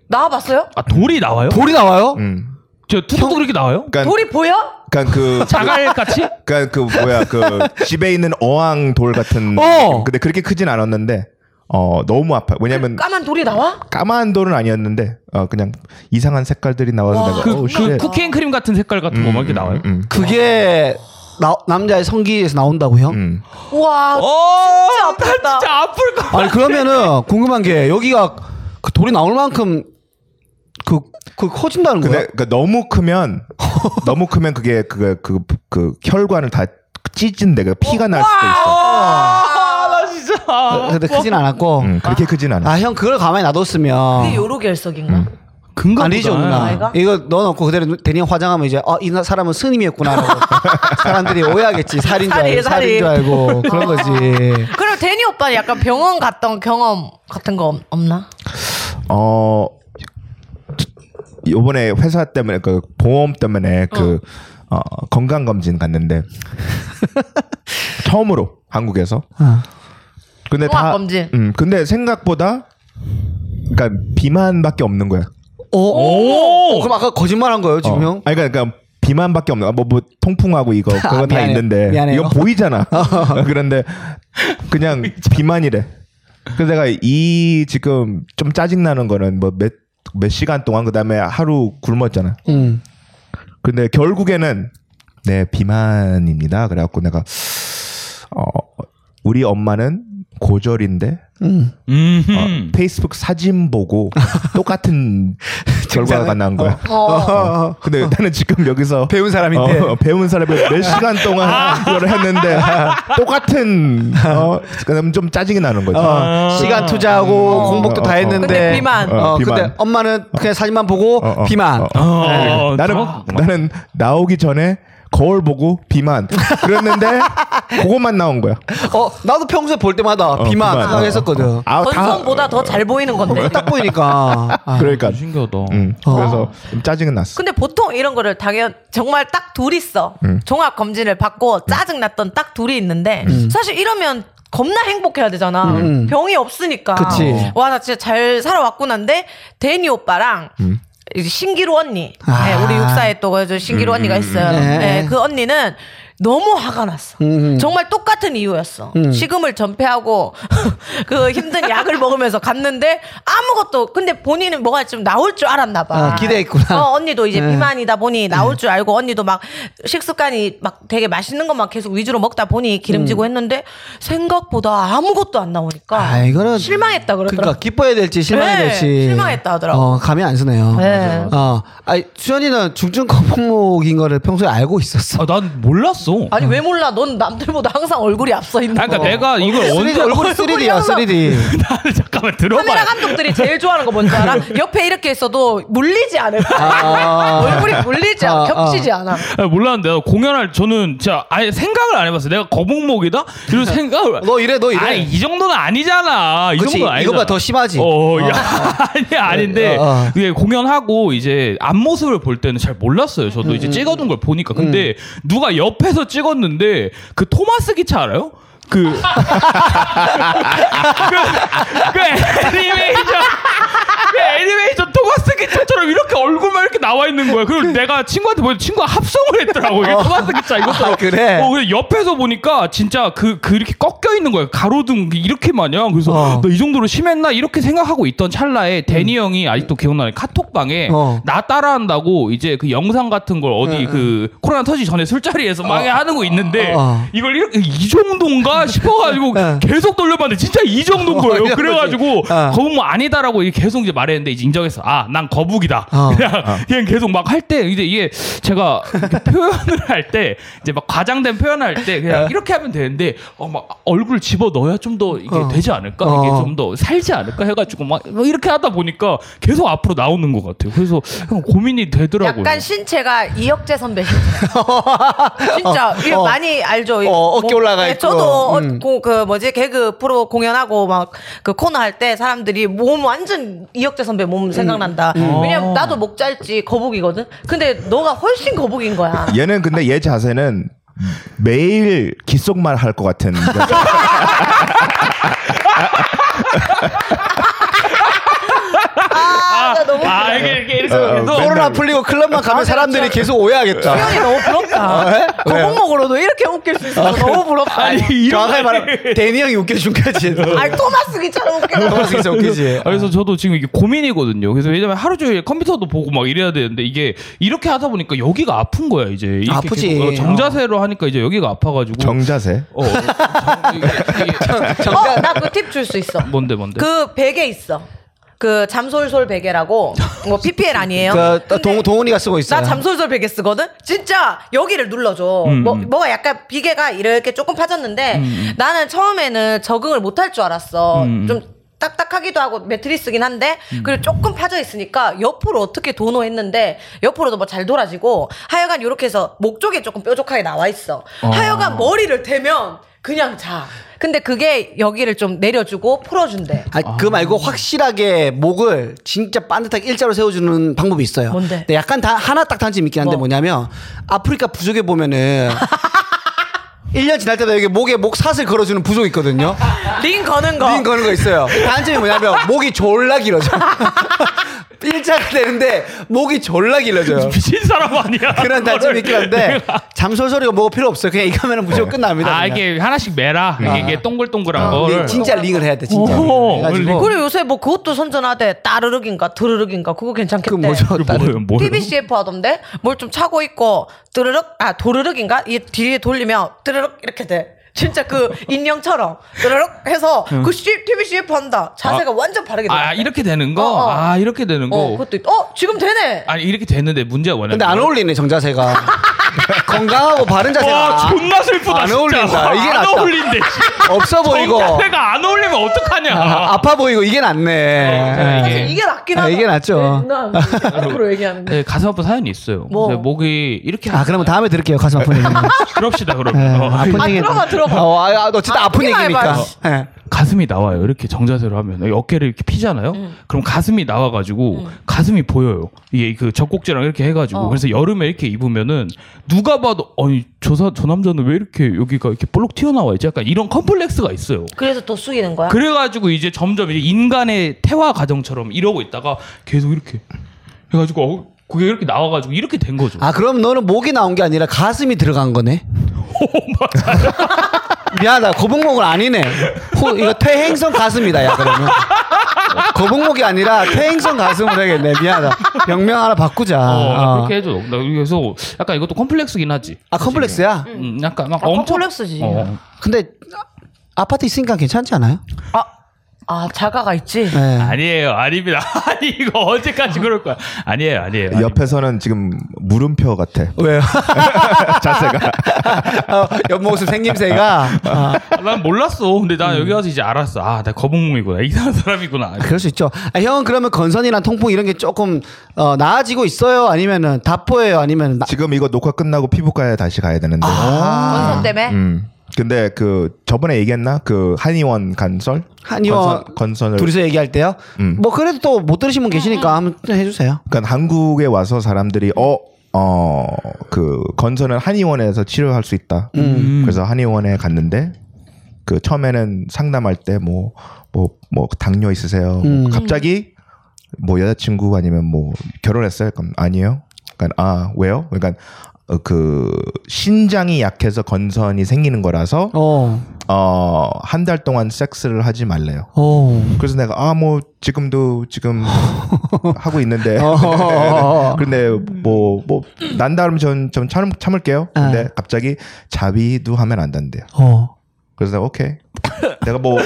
Speaker 1: 나와봤어요?
Speaker 3: 아 돌이 나와요?
Speaker 2: 돌이 나와요
Speaker 4: 음.
Speaker 3: 저 투둑도 그렇게 나와요?
Speaker 4: 그러니까
Speaker 1: 돌이 보여?
Speaker 4: 그러니까 그
Speaker 3: 자갈 같이?
Speaker 4: 그러니까 그 뭐야 그 집에 있는 어항 돌 같은.
Speaker 2: 어.
Speaker 4: 근데 그렇게 크진 않았는데 어 너무 아파. 왜냐면
Speaker 1: 그 까만 돌이 나와?
Speaker 4: 까만 돌은 아니었는데 어 그냥 이상한 색깔들이 나와서
Speaker 1: 와,
Speaker 4: 내가
Speaker 3: 그,
Speaker 4: 오,
Speaker 3: 그
Speaker 4: 쉣.
Speaker 3: 쿠키앤크림 같은 색깔 같은 거 막 이렇게 나와요?
Speaker 4: 어, 음,
Speaker 2: 그게 나- 남자의 성기에서 나온다고요
Speaker 4: 음.
Speaker 1: 우와
Speaker 3: 어,
Speaker 1: 진짜 아프겠다.
Speaker 3: 진짜 아플 거.
Speaker 2: 아니 그러면은 궁금한 게 여기가 그 돌이 나올 만큼 그, 그 커진다는 거야?
Speaker 4: 근데 그러니까 너무 크면 너무 크면 그게 그그 그, 그 혈관을 다 찢은데 그 피가 날 수도 있어.
Speaker 3: 아, 나 진짜.
Speaker 2: 어, 근데
Speaker 1: 뭐.
Speaker 2: 크진 않았고
Speaker 4: 음, 그렇게 크진 않아.
Speaker 2: 아 형 그걸 가만히 놔뒀으면
Speaker 1: 이게 요로 결석인가?
Speaker 2: 음.
Speaker 3: 근거
Speaker 2: 아니죠 누나
Speaker 1: 아이가?
Speaker 2: 이거 넣어놓고 그대로 대니형 화장하면 이제 아 이 사람은 스님이었구나라고 사람들이 오해하겠지 살인 줄
Speaker 1: 살이에요,
Speaker 2: 알고 살인 줄 알고 그런 거지
Speaker 1: 그럼 데니 오빠는 약간 병원 갔던 경험 같은 거 없- 없나?
Speaker 4: 어 이번에 회사 때문에 그 보험 때문에 그 어, 건강 검진 갔는데 처음으로 한국에서.
Speaker 2: 어.
Speaker 4: 근데
Speaker 1: 종합
Speaker 4: 다
Speaker 1: 검진.
Speaker 4: 음, 근데 생각보다 그러니까 비만밖에 없는 거야.
Speaker 2: 어?
Speaker 3: 오.
Speaker 2: 그럼 아까 거짓말한 거예요 지금
Speaker 4: 어.
Speaker 2: 형?
Speaker 4: 아니 그러니까, 그러니까 비만밖에 없는 뭐뭐 통풍하고 이거 그거 다
Speaker 2: 미안해요.
Speaker 4: 있는데
Speaker 2: 미안해요.
Speaker 4: 이거 보이잖아. 그런데 그냥 비만이래. 그래서 내가 이 지금 좀 짜증 나는 거는 뭐 몇 몇 시간 동안 그다음에 하루 굶었잖아.
Speaker 2: 음.
Speaker 4: 근데 결국에는 네 비만입니다. 그래갖고 내가 어 우리 엄마는 고절인데 어,
Speaker 3: 음.
Speaker 4: 페이스북 사진 보고 똑같은 결과가 난 거야.
Speaker 1: 어.
Speaker 4: 어, 근데 나는 지금 여기서
Speaker 2: 배운 사람인데.
Speaker 1: 네.
Speaker 4: 어, 배운 사람이 몇 시간
Speaker 1: 아.
Speaker 4: 동안 이걸 했는데 아, 똑같은 어, 그럼 좀 짜증이 나는 거지.
Speaker 2: 시간 투자하고 공복도
Speaker 4: 어,
Speaker 2: 다
Speaker 4: 어, 어.
Speaker 2: 했는데
Speaker 1: 어. 아. 근데 비만.
Speaker 2: 어,
Speaker 4: 어, 비만.
Speaker 2: 근데 엄마는 그냥 사진만 보고
Speaker 4: 어, 어,
Speaker 2: 비만
Speaker 4: 어,
Speaker 3: 어,
Speaker 4: 어. 나는
Speaker 3: 저-
Speaker 4: 나는 나오기 전에 거울 보고 비만 그랬는데 그것만 나온 거야.
Speaker 2: 어 나도 평소에 볼 때마다 아, 비만
Speaker 4: 어, 비만.
Speaker 2: 생각했었거든.
Speaker 4: 아, 다
Speaker 1: 건성보다 더 잘 보이는
Speaker 3: 어.
Speaker 1: 건데.
Speaker 2: 딱 보이니까. 아.
Speaker 4: 그러니까
Speaker 3: 신기하다.
Speaker 4: 음,
Speaker 2: 어.
Speaker 4: 그래서 좀 짜증은 났어.
Speaker 1: 근데 보통 이런 거를 당연 정말 딱 둘이 있어.
Speaker 2: 음.
Speaker 1: 종합 검진을 받고 짜증 났던 딱 둘이 있는데
Speaker 2: 음.
Speaker 1: 사실 이러면 겁나 행복해야 되잖아. 병이 없으니까.
Speaker 2: 그치.
Speaker 1: 와 나 진짜 잘 살아왔구나인데 데니 오빠랑
Speaker 2: 음.
Speaker 1: 이 신기루 언니,
Speaker 2: 아.
Speaker 1: 네, 우리 육사에 또 그래도 신기루 언니가 있어요.
Speaker 2: 네. 음.
Speaker 1: 네. 그 언니는 너무 화가 났어. 정말 똑같은 이유였어. 식음을 전폐하고 그 힘든 약을 먹으면서 갔는데 아무것도 근데 본인은 뭐가 좀 나올 줄 알았나 봐.
Speaker 2: 아, 기대했구나.
Speaker 1: 어, 언니도 이제
Speaker 2: 네.
Speaker 1: 비만이다 보니 나올 줄 알고 언니도 막 식습관이 막 되게 맛있는 것만 계속 위주로 먹다 보니
Speaker 2: 음.
Speaker 1: 기름지고 했는데 생각보다 아무것도 안 나오니까
Speaker 2: 아 이거는
Speaker 1: 실망했다
Speaker 2: 그러니까
Speaker 1: 그러더라고.
Speaker 2: 기뻐야 될지 실망해야
Speaker 1: 네,
Speaker 2: 될지
Speaker 1: 실망했다 하더라고.
Speaker 2: 어, 감이 안 서네요.
Speaker 1: 네.
Speaker 2: 어, 아니 수현이는 중증 거북목인 거를 평소에 알고 있었어.
Speaker 3: 아, 난 몰랐어.
Speaker 1: 아니
Speaker 2: 음.
Speaker 1: 왜 몰라? 넌 남들보다 항상 얼굴이 앞서 있는
Speaker 3: 그러니까
Speaker 1: 거.
Speaker 3: 내가 이걸
Speaker 2: 어, 쓰리디,
Speaker 3: 언제
Speaker 2: 얼굴이
Speaker 1: 얼굴이
Speaker 2: 3D야
Speaker 1: 항상-
Speaker 2: 3D.
Speaker 3: 나를 잠깐만
Speaker 1: 카메라
Speaker 3: 들어봐.
Speaker 1: 감독들이 제일 좋아하는 거 뭔지 알아? 옆에 이렇게 있어도 물리지 않을 거
Speaker 2: 아.
Speaker 1: 얼굴이 물리지 않아.
Speaker 2: 아, 아.
Speaker 1: 겹치지 않아.
Speaker 3: 아, 몰랐는데 나 공연할 저는 진짜 아예 생각을 안 해봤어. 내가 거북목이다 이런 생각을.
Speaker 2: 너 이래 너 이래.
Speaker 3: 아니 이 정도는 아니잖아. 이
Speaker 2: 그치,
Speaker 3: 정도는 아니잖아.
Speaker 2: 이거보다 더 심하지.
Speaker 3: 어, 야, 아니 아닌데
Speaker 2: 어, 어.
Speaker 3: 그게 공연하고 이제 앞모습을 볼 때는 잘 몰랐어요. 저도
Speaker 2: 음,
Speaker 3: 이제 찍어둔 걸 보니까 근데 누가 옆에서 찍었는데 그 토마스 기차 알아요? 그, 그, 그 애니메이션 그 애니메이션 토마스 기차처럼 이렇게 얼굴만 이렇게 나와 있는 거야. 그리고 내가 친구한테 보여 친구가 합성을 했더라고.
Speaker 2: 어.
Speaker 3: 이게 토마스 기차 이것도
Speaker 2: 아, 그래?
Speaker 3: 어, 근데 옆에서 보니까 진짜 그, 그 이렇게 꺾여 있는 거야. 가로등 이렇게 마냥. 그래서
Speaker 2: 어. 음.
Speaker 3: 너 이 정도로 심했나? 이렇게 생각하고 있던 찰나에 데니 형이 아직도 기억나는 카톡방에
Speaker 2: 어. 네,
Speaker 3: 나 따라한다고 이제 그 영상 같은 걸 어디 그 코로나 터지 전에 술자리에서 막 하는 거 있는데
Speaker 2: 어, 어.
Speaker 3: 이걸 이렇게 이 정도인가 싶어가지고
Speaker 2: 어.
Speaker 3: 계속 돌려봤는데 진짜 이 정도인
Speaker 2: 어, 이런
Speaker 3: 거예요.
Speaker 2: 거지.
Speaker 3: 그래가지고
Speaker 2: 어.
Speaker 3: 거북 뭐 아니다라고 이렇게 계속 이제 말했는데 이제 인정했어. 아, 난 거북이다.
Speaker 2: 어.
Speaker 3: 그냥, 그냥 진행 계속 막 할 때 이제 이게 제가 이렇게 표현을 할 때 이제 막 과장된 표현을 할 때 그냥 이렇게 하면 되는데 어 막 얼굴 집어 넣어야 좀 더 이게
Speaker 2: 어.
Speaker 3: 되지 않을까 이게
Speaker 2: 어.
Speaker 3: 좀 더 살지 않을까 해가지고 막뭐 이렇게 하다 보니까 계속 앞으로 나오는 것 같아요. 그래서 그냥 고민이 되더라고요.
Speaker 1: 약간 신체가 이혁재 선배 신체. 진짜 이거
Speaker 2: 어.
Speaker 1: 많이 알죠.
Speaker 2: 어, 어깨 올라가
Speaker 1: 네,
Speaker 2: 있고.
Speaker 1: 저도 어,
Speaker 2: 음.
Speaker 1: 고- 그 뭐지 개그 프로 공연하고 막 그 코너 할 때 사람들이 몸 완전 이혁재 선배
Speaker 2: 음.
Speaker 1: 몸 생각난다.
Speaker 2: 어.
Speaker 1: 왜냐면 나도 목 짧지 거북이거든. 근데 너가 훨씬 거북인 거야.
Speaker 4: 얘는 근데 얘 자세는 매일 귓속말 할 것 같은.
Speaker 1: 아, 나 너무
Speaker 3: 아
Speaker 1: 웃기다.
Speaker 3: 이게 이렇게
Speaker 2: 어,
Speaker 3: 이렇게 해서
Speaker 2: 코로나 풀리고 클럽만 가면 사람들이 계속 오해하겠다.
Speaker 1: 표현이 너무
Speaker 2: 아,
Speaker 1: 부럽다. 거북목으로도 이렇게 웃길 수 있어. 너무 부럽다. 아니,
Speaker 2: 정확하게 말하면 데니 형이 웃겨준 거지.
Speaker 1: 토마스 기처럼 웃겨.
Speaker 2: 너무 진짜 웃기지.
Speaker 3: 아, 그래서 저도 지금 이게 고민이거든요. 그래서 왜냐면 하루 종일 컴퓨터도 보고 막 이래야 되는데 이게 이렇게 하다 보니까 여기가 아픈 거야 이제. 이렇게
Speaker 2: 아프지.
Speaker 3: 계속, 어, 정자세로 하니까 이제 여기가 아파가지고.
Speaker 4: 정자세.
Speaker 3: 어. 정- 이게- 이게
Speaker 1: 어, 나 그 팁 줄 수 있어.
Speaker 3: 뭔데 뭔데.
Speaker 1: 그 베개 있어. 그 잠솔솔 베개라고 뭐 PPL 아니에요?
Speaker 2: 그,
Speaker 1: 근데
Speaker 2: 동, 동훈이가 쓰고 있어요.
Speaker 1: 나 잠솔솔 베개 쓰거든. 진짜 여기를 눌러줘. 뭐 뭐가 약간 비계가 이렇게 조금 파졌는데 나는 처음에는 적응을 못 할 줄 알았어. 좀 딱딱하기도 하고 매트리스긴 한데 그리고 조금 파져 있으니까 옆으로 어떻게 도노했는데 옆으로도 뭐 잘 돌아지고 하여간 이렇게 해서 목 쪽에 조금 뾰족하게 나와 있어. 하여간 머리를 대면 그냥 자. 근데 그게 여기를 좀 내려주고 풀어준대.
Speaker 2: 아니, 그 말고 확실하게 목을 진짜 반듯하게 일자로 세워주는 방법이 있어요.
Speaker 1: 뭔데?
Speaker 2: 근데 약간 다, 하나 딱 단점이 있긴 한데
Speaker 1: 뭐?
Speaker 2: 뭐. 냐면 아프리카 부족에 보면은 1년 지날 때마다 여기 목에 목 사슬 걸어주는 부족 있거든요.
Speaker 1: 링 거는 거.
Speaker 2: 링 거는 거 있어요. 단점이 뭐냐면 목이 졸라 길어져. 일자가 되는데 목이 졸라 길어져요.
Speaker 3: 미친 사람 아니야.
Speaker 2: 그런 단점이 있긴 한데
Speaker 3: 내가-
Speaker 2: 잠솔 소리가 뭐가 필요 없어요. 그냥 이거 하면 무조건 끝납니다. 아.
Speaker 3: 아
Speaker 2: 그냥.
Speaker 3: 이게 하나씩 매라. 이게, 이게 동글동글한
Speaker 2: 링,
Speaker 3: 걸.
Speaker 2: 진짜 링을 해야 돼 진짜.
Speaker 3: 오,
Speaker 2: 그래가지고
Speaker 1: 그리고 요새 뭐 그것도 선전하대. 따르륵인가 드르륵인가 그거 괜찮겠대.
Speaker 2: 그 뭐죠?
Speaker 3: 그
Speaker 2: 다른
Speaker 3: 뭐예요 뭐.
Speaker 1: TBCF 하던데 뭘 좀 차고 있고 뚜르륵 아 도르륵인가 이 뒤에 돌리면 뚜르륵 이렇게 돼. 진짜 그 인형처럼 뚜르륵 해서 그 C- TBCF 한다. 자세가 완전 바르게 돼.
Speaker 3: 아 이렇게 되는 거.
Speaker 1: 어, 어.
Speaker 3: 아 이렇게 되는
Speaker 1: 어
Speaker 3: 거.
Speaker 1: 그것도 있- 어 지금 되네.
Speaker 3: 아니 이렇게 됐는데 문제가 뭐냐.
Speaker 2: 근데 안 어울리네 정자세가 건강하고 바른 자세가
Speaker 3: 와 존나 슬프다
Speaker 2: 안
Speaker 3: 진짜.
Speaker 2: 어울린다. 이게
Speaker 3: 안
Speaker 2: 낫다.
Speaker 3: 어울린데.
Speaker 2: 없어 보이고
Speaker 3: 정자세가 안 어울리면 어떡하냐.
Speaker 2: 아, 파 보이고 이게
Speaker 3: 아,
Speaker 2: 낫네.
Speaker 1: 사실 이게 낫긴
Speaker 2: 아,
Speaker 1: 하다.
Speaker 2: 이게 낫죠.
Speaker 1: 네, 나 앞으로 얘기하는데.
Speaker 3: 네, 가슴 아픈 사연이 있어요.
Speaker 1: 뭐?
Speaker 3: 근데 목이 이렇게
Speaker 2: 아 그러면 다음에 들을게요 가슴 아픈 얘기.
Speaker 3: 그럽시다 그러면
Speaker 2: 예,
Speaker 3: 어.
Speaker 2: 아픈
Speaker 1: 아,
Speaker 2: 얘기.
Speaker 1: 들어가, 들어가.
Speaker 2: 어, 아, 아, 어쨌든
Speaker 1: 아,
Speaker 2: 아, 픈
Speaker 1: 얘기만
Speaker 2: 얘기니까.
Speaker 1: 해봐요.
Speaker 2: 예.
Speaker 3: 가슴이 나와요. 이렇게 정자세로 하면 어깨를 이렇게 피잖아요. 그럼 가슴이 나와가지고 가슴이 보여요. 이게 그 젖꼭지랑 이렇게 해가지고
Speaker 1: 어.
Speaker 3: 그래서 여름에 이렇게 입으면은 누가 봐도 아니 저사 저 남자는 왜 이렇게 여기가 이렇게 볼록 튀어나와 있지? 약간 이런 컴플렉스가 있어요.
Speaker 1: 그래서 더 숙이는 거야.
Speaker 3: 그래가지고 이제 점점 이제 인간의 태화 과정처럼 이러고 있다가 계속 이렇게 해가지고 어, 그게 이렇게 나와가지고 이렇게 된 거죠.
Speaker 2: 아 그럼 너는 목이 나온 게 아니라 가슴이 들어간 거네. 미안하다 고북목은 아니네. 호, 이거 퇴행성 가슴이다 야 그러면. 거북목이 아니라 퇴행성 가슴으로 해야겠네. 미안하다. 병명 하나 바꾸자.
Speaker 3: 어, 나
Speaker 2: 어.
Speaker 3: 그렇게 해줘. 나 그래서 약간 이것도 컴플렉스긴 하지.
Speaker 2: 아 컴플렉스야?
Speaker 3: 음, 약간 막
Speaker 1: 아,
Speaker 3: 엄청
Speaker 1: 컴플렉스지.
Speaker 3: 어.
Speaker 2: 근데 아파트 있으니까 괜찮지 않아요?
Speaker 1: 아, 아 자가가 있지.
Speaker 2: 네.
Speaker 3: 아니에요, 아닙니다. 아니 이거 언제까지 그럴 거야? 아니에요, 아니에요. 아니-
Speaker 4: 옆에서는 지금 물음표 같아.
Speaker 2: 왜요?
Speaker 4: 자세가.
Speaker 2: 어, 옆모습 생김새가 아,
Speaker 3: 난 몰랐어. 근데 난 여기 와서 이제 알았어. 아, 나 거북목이구나. 이상한 사람이구나.
Speaker 2: 그럴 수 있죠. 아, 형은 그러면 건선이랑 통풍 이런 게 조금 어, 나아지고 있어요? 아니면은 다포예요? 아니면 나...
Speaker 4: 지금 이거 녹화 끝나고 피부과에 다시 가야 되는데.
Speaker 3: 아.
Speaker 2: 아.
Speaker 1: 건선 때문에.
Speaker 4: 음. 근데 그 저번에 얘기했나 그 한의원 간설
Speaker 2: 한의원
Speaker 4: 건설, 건설을
Speaker 2: 둘이서 얘기할 때요?
Speaker 4: 아, 네. 음.
Speaker 2: 뭐 그래도 또 못 들으신 분 계시니까 한번 해주세요.
Speaker 4: 그러니까 한국에 와서 사람들이 어, 어어그 건설은 한의원에서 치료할 수 있다.
Speaker 2: 음.
Speaker 4: 그래서 한의원에 갔는데 그 처음에는 상담할 때 뭐 뭐 뭐 당뇨 있으세요? 뭐
Speaker 2: 음.
Speaker 4: 갑자기 뭐 여자친구 아니면 뭐 결혼했어요? 그럼 아니에요. 그러니까 아 왜요? 그러니까 어, 그 신장이 약해서 건선이 생기는 거라서
Speaker 2: 어,
Speaker 4: 어 한 달 동안 섹스를 하지 말래요.
Speaker 2: 어.
Speaker 4: 그래서 내가 아 뭐 지금도 지금 하고 있는데
Speaker 2: 어허허허허.
Speaker 4: 근데 뭐 뭐 난다름 전좀 참, 참을게요.
Speaker 2: 아.
Speaker 4: 근데 갑자기 자위도 하면 안 된대요.
Speaker 2: 어.
Speaker 4: 그래서 내가 오케이. 내가 뭐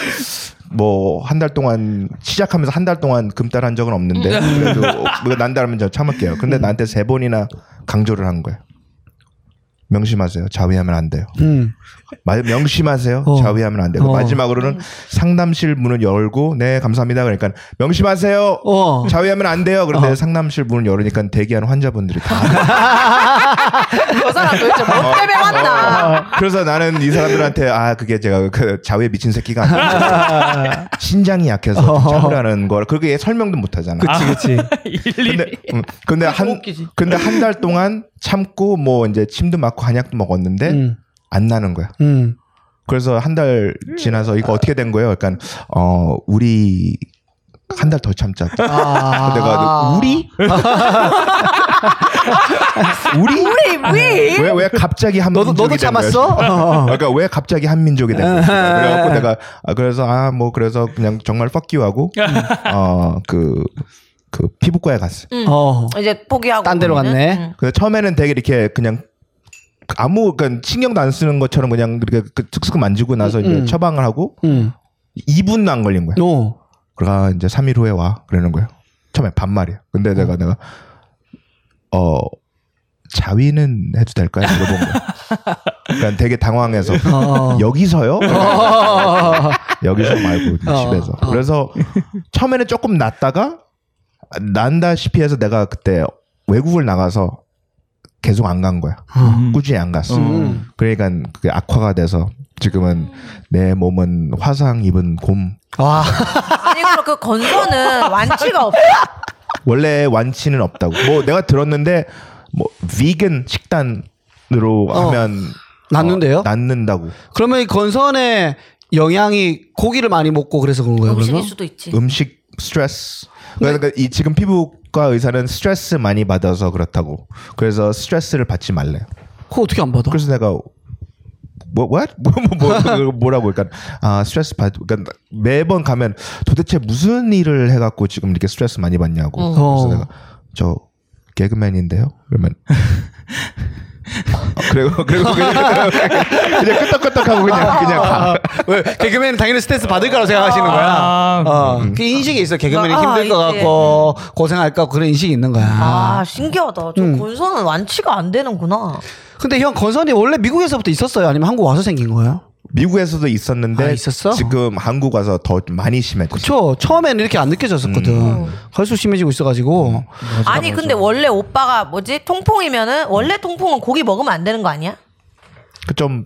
Speaker 4: 뭐 한 달 동안 시작하면서 한 달 동안 금딸 한 적은 없는데
Speaker 2: 음.
Speaker 4: 그래도 뭐가 난다면 저 참을게요. 근데 나한테 세 번이나 강조를 한 거예요. 명심하세요. 자위하면 안 돼요.
Speaker 2: 음.
Speaker 4: 마- 명심하세요.
Speaker 2: 어.
Speaker 4: 자위하면 안 돼요.
Speaker 2: 어.
Speaker 4: 마지막으로는 상담실 문을 열고 네 감사합니다. 그러니까 명심하세요.
Speaker 2: 어.
Speaker 4: 자위하면 안 돼요. 그런데 상담실 문을 열으니까 대기한 환자분들이 다.
Speaker 1: 저 사람 도대체 뭐 때문에 왔나?
Speaker 4: 아, 그래서 나는 이 사람들한테 아 그게 제가 그 자위에 미친 새끼가 아니라 신장이 약해서 좀 참으라는 걸 그렇게 설명도 못 하잖아.
Speaker 2: 그치 그치.
Speaker 3: 일일이.
Speaker 4: 근데 음, 근데 한
Speaker 1: 웃기지.
Speaker 4: 근데 한 달 동안 참고 뭐 이제 침도 맞고 한약도 먹었는데
Speaker 2: 음.
Speaker 4: 안 나는 거야.
Speaker 2: 음.
Speaker 4: 그래서 한 달 지나서 이거 어떻게 된 거예요? 약간 어 우리 한 달 더 참자.
Speaker 2: 아.
Speaker 4: 내가 우리 우리
Speaker 1: 우리 위.
Speaker 4: 왜 왜 갑자기 한
Speaker 2: 너도 너도
Speaker 4: 민족이 된 거야?
Speaker 2: 참았어? 어.
Speaker 4: 그러니까 왜 갑자기 한 민족이 된 거야? 그래갖고 내가 아, 그래서 아 뭐 그래서 그냥 정말 퍽기하고
Speaker 2: 음.
Speaker 4: 어그 그 피부과에 갔어. 요
Speaker 2: 어.
Speaker 1: 이제 포기하고.
Speaker 2: 딴 데로
Speaker 1: 우리는.
Speaker 2: 갔네.
Speaker 1: 응.
Speaker 4: 근데 처음에는 되게 이렇게 그냥 아무 그러니까 신경도 안 쓰는 것처럼 그냥 그렇게 그 슥슥 만지고 나서 이제
Speaker 2: 음.
Speaker 4: 처방을 하고
Speaker 2: 음.
Speaker 4: 2분도 안 걸린 거야.
Speaker 2: 오.
Speaker 4: 그러가 이제 3일 후에 와 그러는 거예요. 처음에 반말이야. 근데 내가 내가 어 자위는 해도 될까요? 물어본 거야. 그러니까 되게 당황해서
Speaker 2: 어.
Speaker 4: 여기서요?
Speaker 2: 어.
Speaker 4: 여기서 말고
Speaker 2: 어.
Speaker 4: 집에서.
Speaker 2: 어.
Speaker 4: 그래서 처음에는 조금 났다가 난다시피 해서 내가 그때 외국을 나가서 계속 안 간 거야. 꾸준히 안 갔어.
Speaker 2: 어. 음.
Speaker 4: 그러니까 그게 악화가 돼서 지금은 내 몸은 화상 입은 곰.
Speaker 2: 와.
Speaker 1: 아니 그럼 그 건조는 완치가 없어.
Speaker 4: 원래 완치는 없다고. 뭐 내가 들었는데 뭐 비건 식단으로
Speaker 2: 어.
Speaker 4: 하면
Speaker 2: 낫는데요?
Speaker 4: 어, 낫는다고.
Speaker 2: 그러면 이 건선에 영양이 고기를 많이 먹고 그래서 그런 거예요.
Speaker 1: 음식일
Speaker 2: 그러면?
Speaker 1: 수도 있지.
Speaker 4: 음식 스트레스. 그러니까 이 지금 피부과 의사는 스트레스 많이 받아서 그렇다고. 그래서 스트레스를 받지 말래요.
Speaker 2: 그거 어떻게 안 받아?
Speaker 4: 그래서 내가 뭐 what? 뭐, 뭐, 뭐, 뭐라고 그러니까 아 스트레스 받 그러니까 매번 가면 도대체 무슨 일을 해갖고 지금 이렇게 스트레스 많이 받냐고 그래서
Speaker 2: 어.
Speaker 4: 내가 저 개그맨인데요 그러면 어, 그리고 그리고 그냥, 그냥 끄떡끄떡하고 그냥 그냥 가.
Speaker 2: 아, 왜 개그맨은 당연히 스트레스 받을 거라고 생각하시는 거야.
Speaker 3: 아,
Speaker 2: 어, 그 인식이 있어. 개그맨이
Speaker 1: 아,
Speaker 2: 힘들 것
Speaker 1: 있지.
Speaker 2: 같고 고생할 것 같고 그런 인식이 있는 거야.
Speaker 1: 아 신기하다. 저 건선은 완치가 안 되는구나.
Speaker 2: 근데 형 건선이 원래 미국에서부터 있었어요? 아니면 한국 와서 생긴 거예요?
Speaker 4: 미국에서도 있었는데
Speaker 2: 아, 있었어?
Speaker 4: 지금 한국 와서 더 많이 심해졌어
Speaker 2: 그쵸. 처음에는 이렇게 안 느껴졌었거든.
Speaker 1: 음.
Speaker 2: 갈수록 심해지고 있어가지고.
Speaker 1: 아니 근데 원래 오빠가 뭐지 통풍이면은 원래 통풍은 고기 먹으면 안 되는 거 아니야?
Speaker 4: 그 좀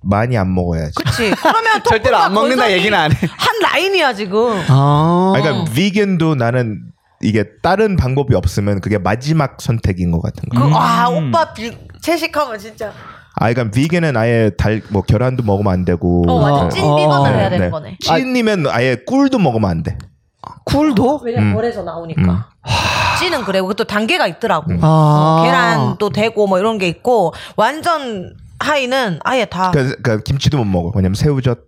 Speaker 4: 많이 안 먹어야지
Speaker 1: 그치 그러면 통풍과
Speaker 2: 절대로 안 먹는다
Speaker 1: 건선이
Speaker 2: 얘기는 안 해.
Speaker 1: 한 라인이야 지금.
Speaker 2: 아.
Speaker 4: 아, 그러니까 비건도 나는 이게 다른 방법이 없으면 그게 마지막 선택인 것 같은 거.
Speaker 1: 그, 와 오빠 비, 채식하면 진짜.
Speaker 4: 아, 그러니까 비건은 아예 달 뭐 계란도 먹으면 안 되고.
Speaker 1: 어 완전 찐
Speaker 2: 어,
Speaker 1: 비건을
Speaker 2: 어,
Speaker 1: 해야
Speaker 4: 네,
Speaker 1: 되는
Speaker 4: 네.
Speaker 1: 거네.
Speaker 4: 찐이면 아예 꿀도 먹으면 안 돼.
Speaker 2: 쿨도?
Speaker 1: 왜냐면 벌에서 나오니까. 찌는 그래. 그것도 단계가 있더라고.
Speaker 2: 음. 아.
Speaker 1: 어, 계란도 되고 뭐 이런 게 있고 완전 하이는 아예 다
Speaker 4: 그러니까, 그러니까 김치도 못 먹어. 왜냐면 새우젓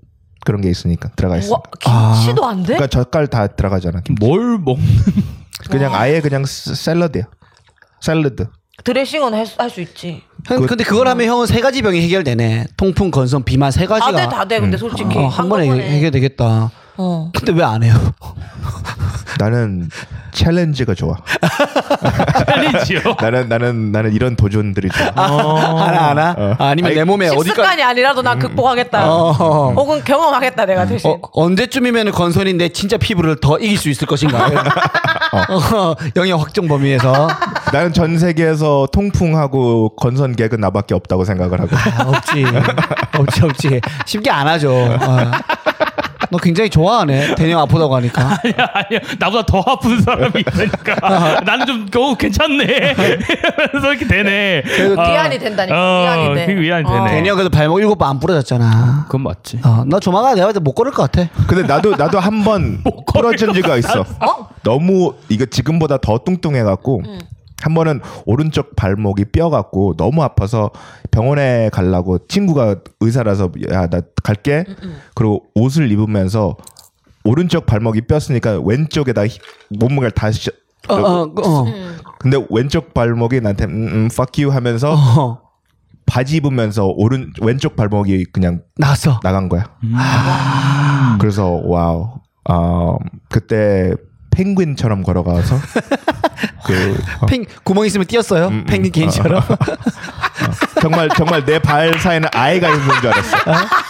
Speaker 4: 그런 게 있으니까 들어가 있어.
Speaker 1: 와,
Speaker 2: 아.
Speaker 1: 네? 김치도 안 돼?
Speaker 4: 그러니까 젓갈 다 들어가잖아. 김치.
Speaker 3: 뭘 먹는?
Speaker 4: 그냥 아예 그냥 스- 샐러드야. 샐러드.
Speaker 1: 드레싱은 할 수 있지.
Speaker 2: 형, 근데 그걸 하면 형은 세 가지 병이 해결되네. 통풍, 건선, 비만 세 가지가.
Speaker 1: 다 돼, 다 돼. 근데 솔직히
Speaker 2: 어, 한 번에
Speaker 1: 한꺼번에.
Speaker 2: 해결되겠다.
Speaker 1: 어.
Speaker 2: 근데 왜 안 해요?
Speaker 4: 나는 챌린지가 좋아.
Speaker 3: 챌린지요.
Speaker 4: 나는 나는 나는 이런 도전들이 좋아.
Speaker 2: 하나 하나? 어. 아니면
Speaker 4: 아니,
Speaker 2: 내 몸에 어디까지? 음.
Speaker 1: 식습관이 아니라도 난 극복하겠다.
Speaker 2: 어.
Speaker 1: 혹은 경험하겠다 내가 대신.
Speaker 2: 어, 언제쯤이면 건선이 내 진짜 피부를 더 이길 수 있을 것인가? 어, 영역 확정 범위에서
Speaker 4: 나는 전 세계에서 통풍하고 건선 개그 나밖에 없다고 생각을 하고.
Speaker 2: 아, 없지, 없지, 없지. 쉽게 안 하죠. 어. 너 굉장히 좋아하네. 대녀 아프다고 네. 하니까.
Speaker 3: 아니야 나보다 더 아픈 사람이 있으니까 나는 좀 겨우 괜찮네 이러면서 이렇게 되네 아,
Speaker 2: 그래도
Speaker 1: 위안이 된다니까, 위안이 돼.
Speaker 3: 그게 위안이
Speaker 1: 어.
Speaker 3: 되네
Speaker 2: 대녀 그래도 발목 일곱 번 안 부러졌잖아.
Speaker 3: 그건 맞지
Speaker 2: 어, 나 조만간 내가 볼때못 걸을 것 같아.
Speaker 4: 근데 나도 나도 한번
Speaker 3: 뭐
Speaker 4: 부러진 지가 있어. 너무 이거 지금보다 더 뚱뚱해 갖고 한 번은 오른쪽 발목이 뼈 갖고 너무 아파서 병원에 가려고 친구가 의사라서 야 나 갈게. 그리고 옷을 입으면서 오른쪽 발목이 뼈었으니까 왼쪽에다 히- 몸무게를 다 시-
Speaker 2: 어, 어, 어.
Speaker 4: 근데 왼쪽 발목이 나한테 음, 음 fuck you 하면서
Speaker 2: 어.
Speaker 4: 바지 입으면서 오른 왼쪽 발목이 그냥
Speaker 2: 나갔어.
Speaker 4: 나간 거야. 그래서 와우. 아 그때 펭귄처럼 걸어가서 그 어,
Speaker 2: 펭 구멍 있으면 뛰었어요.
Speaker 4: 음, 음.
Speaker 2: 펭귄 개인처럼
Speaker 4: 정말 정말 내 발 사이는 아이가 있는 줄 알았어.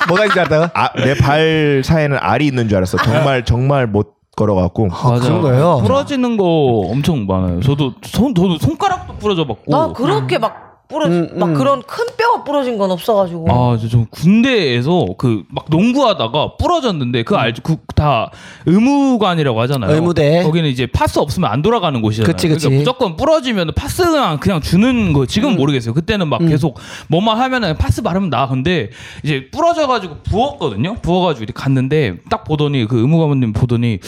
Speaker 2: 뭐가 있지 않다가
Speaker 4: 아, 내 발 사이는 알이 있는 줄 알았어. 정말 정말 못 걸어갖고
Speaker 2: 아, 그런 거예요.
Speaker 3: 부러지는 거 엄청 많아요. 저도 손 저도 손가락도 부러져 봤고.
Speaker 1: 나 그렇게 막 부러
Speaker 2: 음,
Speaker 1: 막
Speaker 2: 음.
Speaker 1: 그런 큰 뼈가 부러진 건 없어가지고.
Speaker 3: 아, 저, 저 군대에서 그 막 농구하다가 부러졌는데 그 알죠? 그다 의무관이라고 하잖아요.
Speaker 2: 의무대.
Speaker 3: 거기는 이제 파스 없으면 안 돌아가는 곳이잖아요.
Speaker 2: 그치, 그치.
Speaker 3: 러니까 무조건 부러지면 파스만 그냥 주는 거 지금 은 모르겠어요. 그때는 막 계속 뭐만 하면은 파스 바르면 나. 근데 이제 부러져 가지고 부었거든요. 부어 가지고 이렇게 갔는데 딱 보더니 그 의무관님 보더니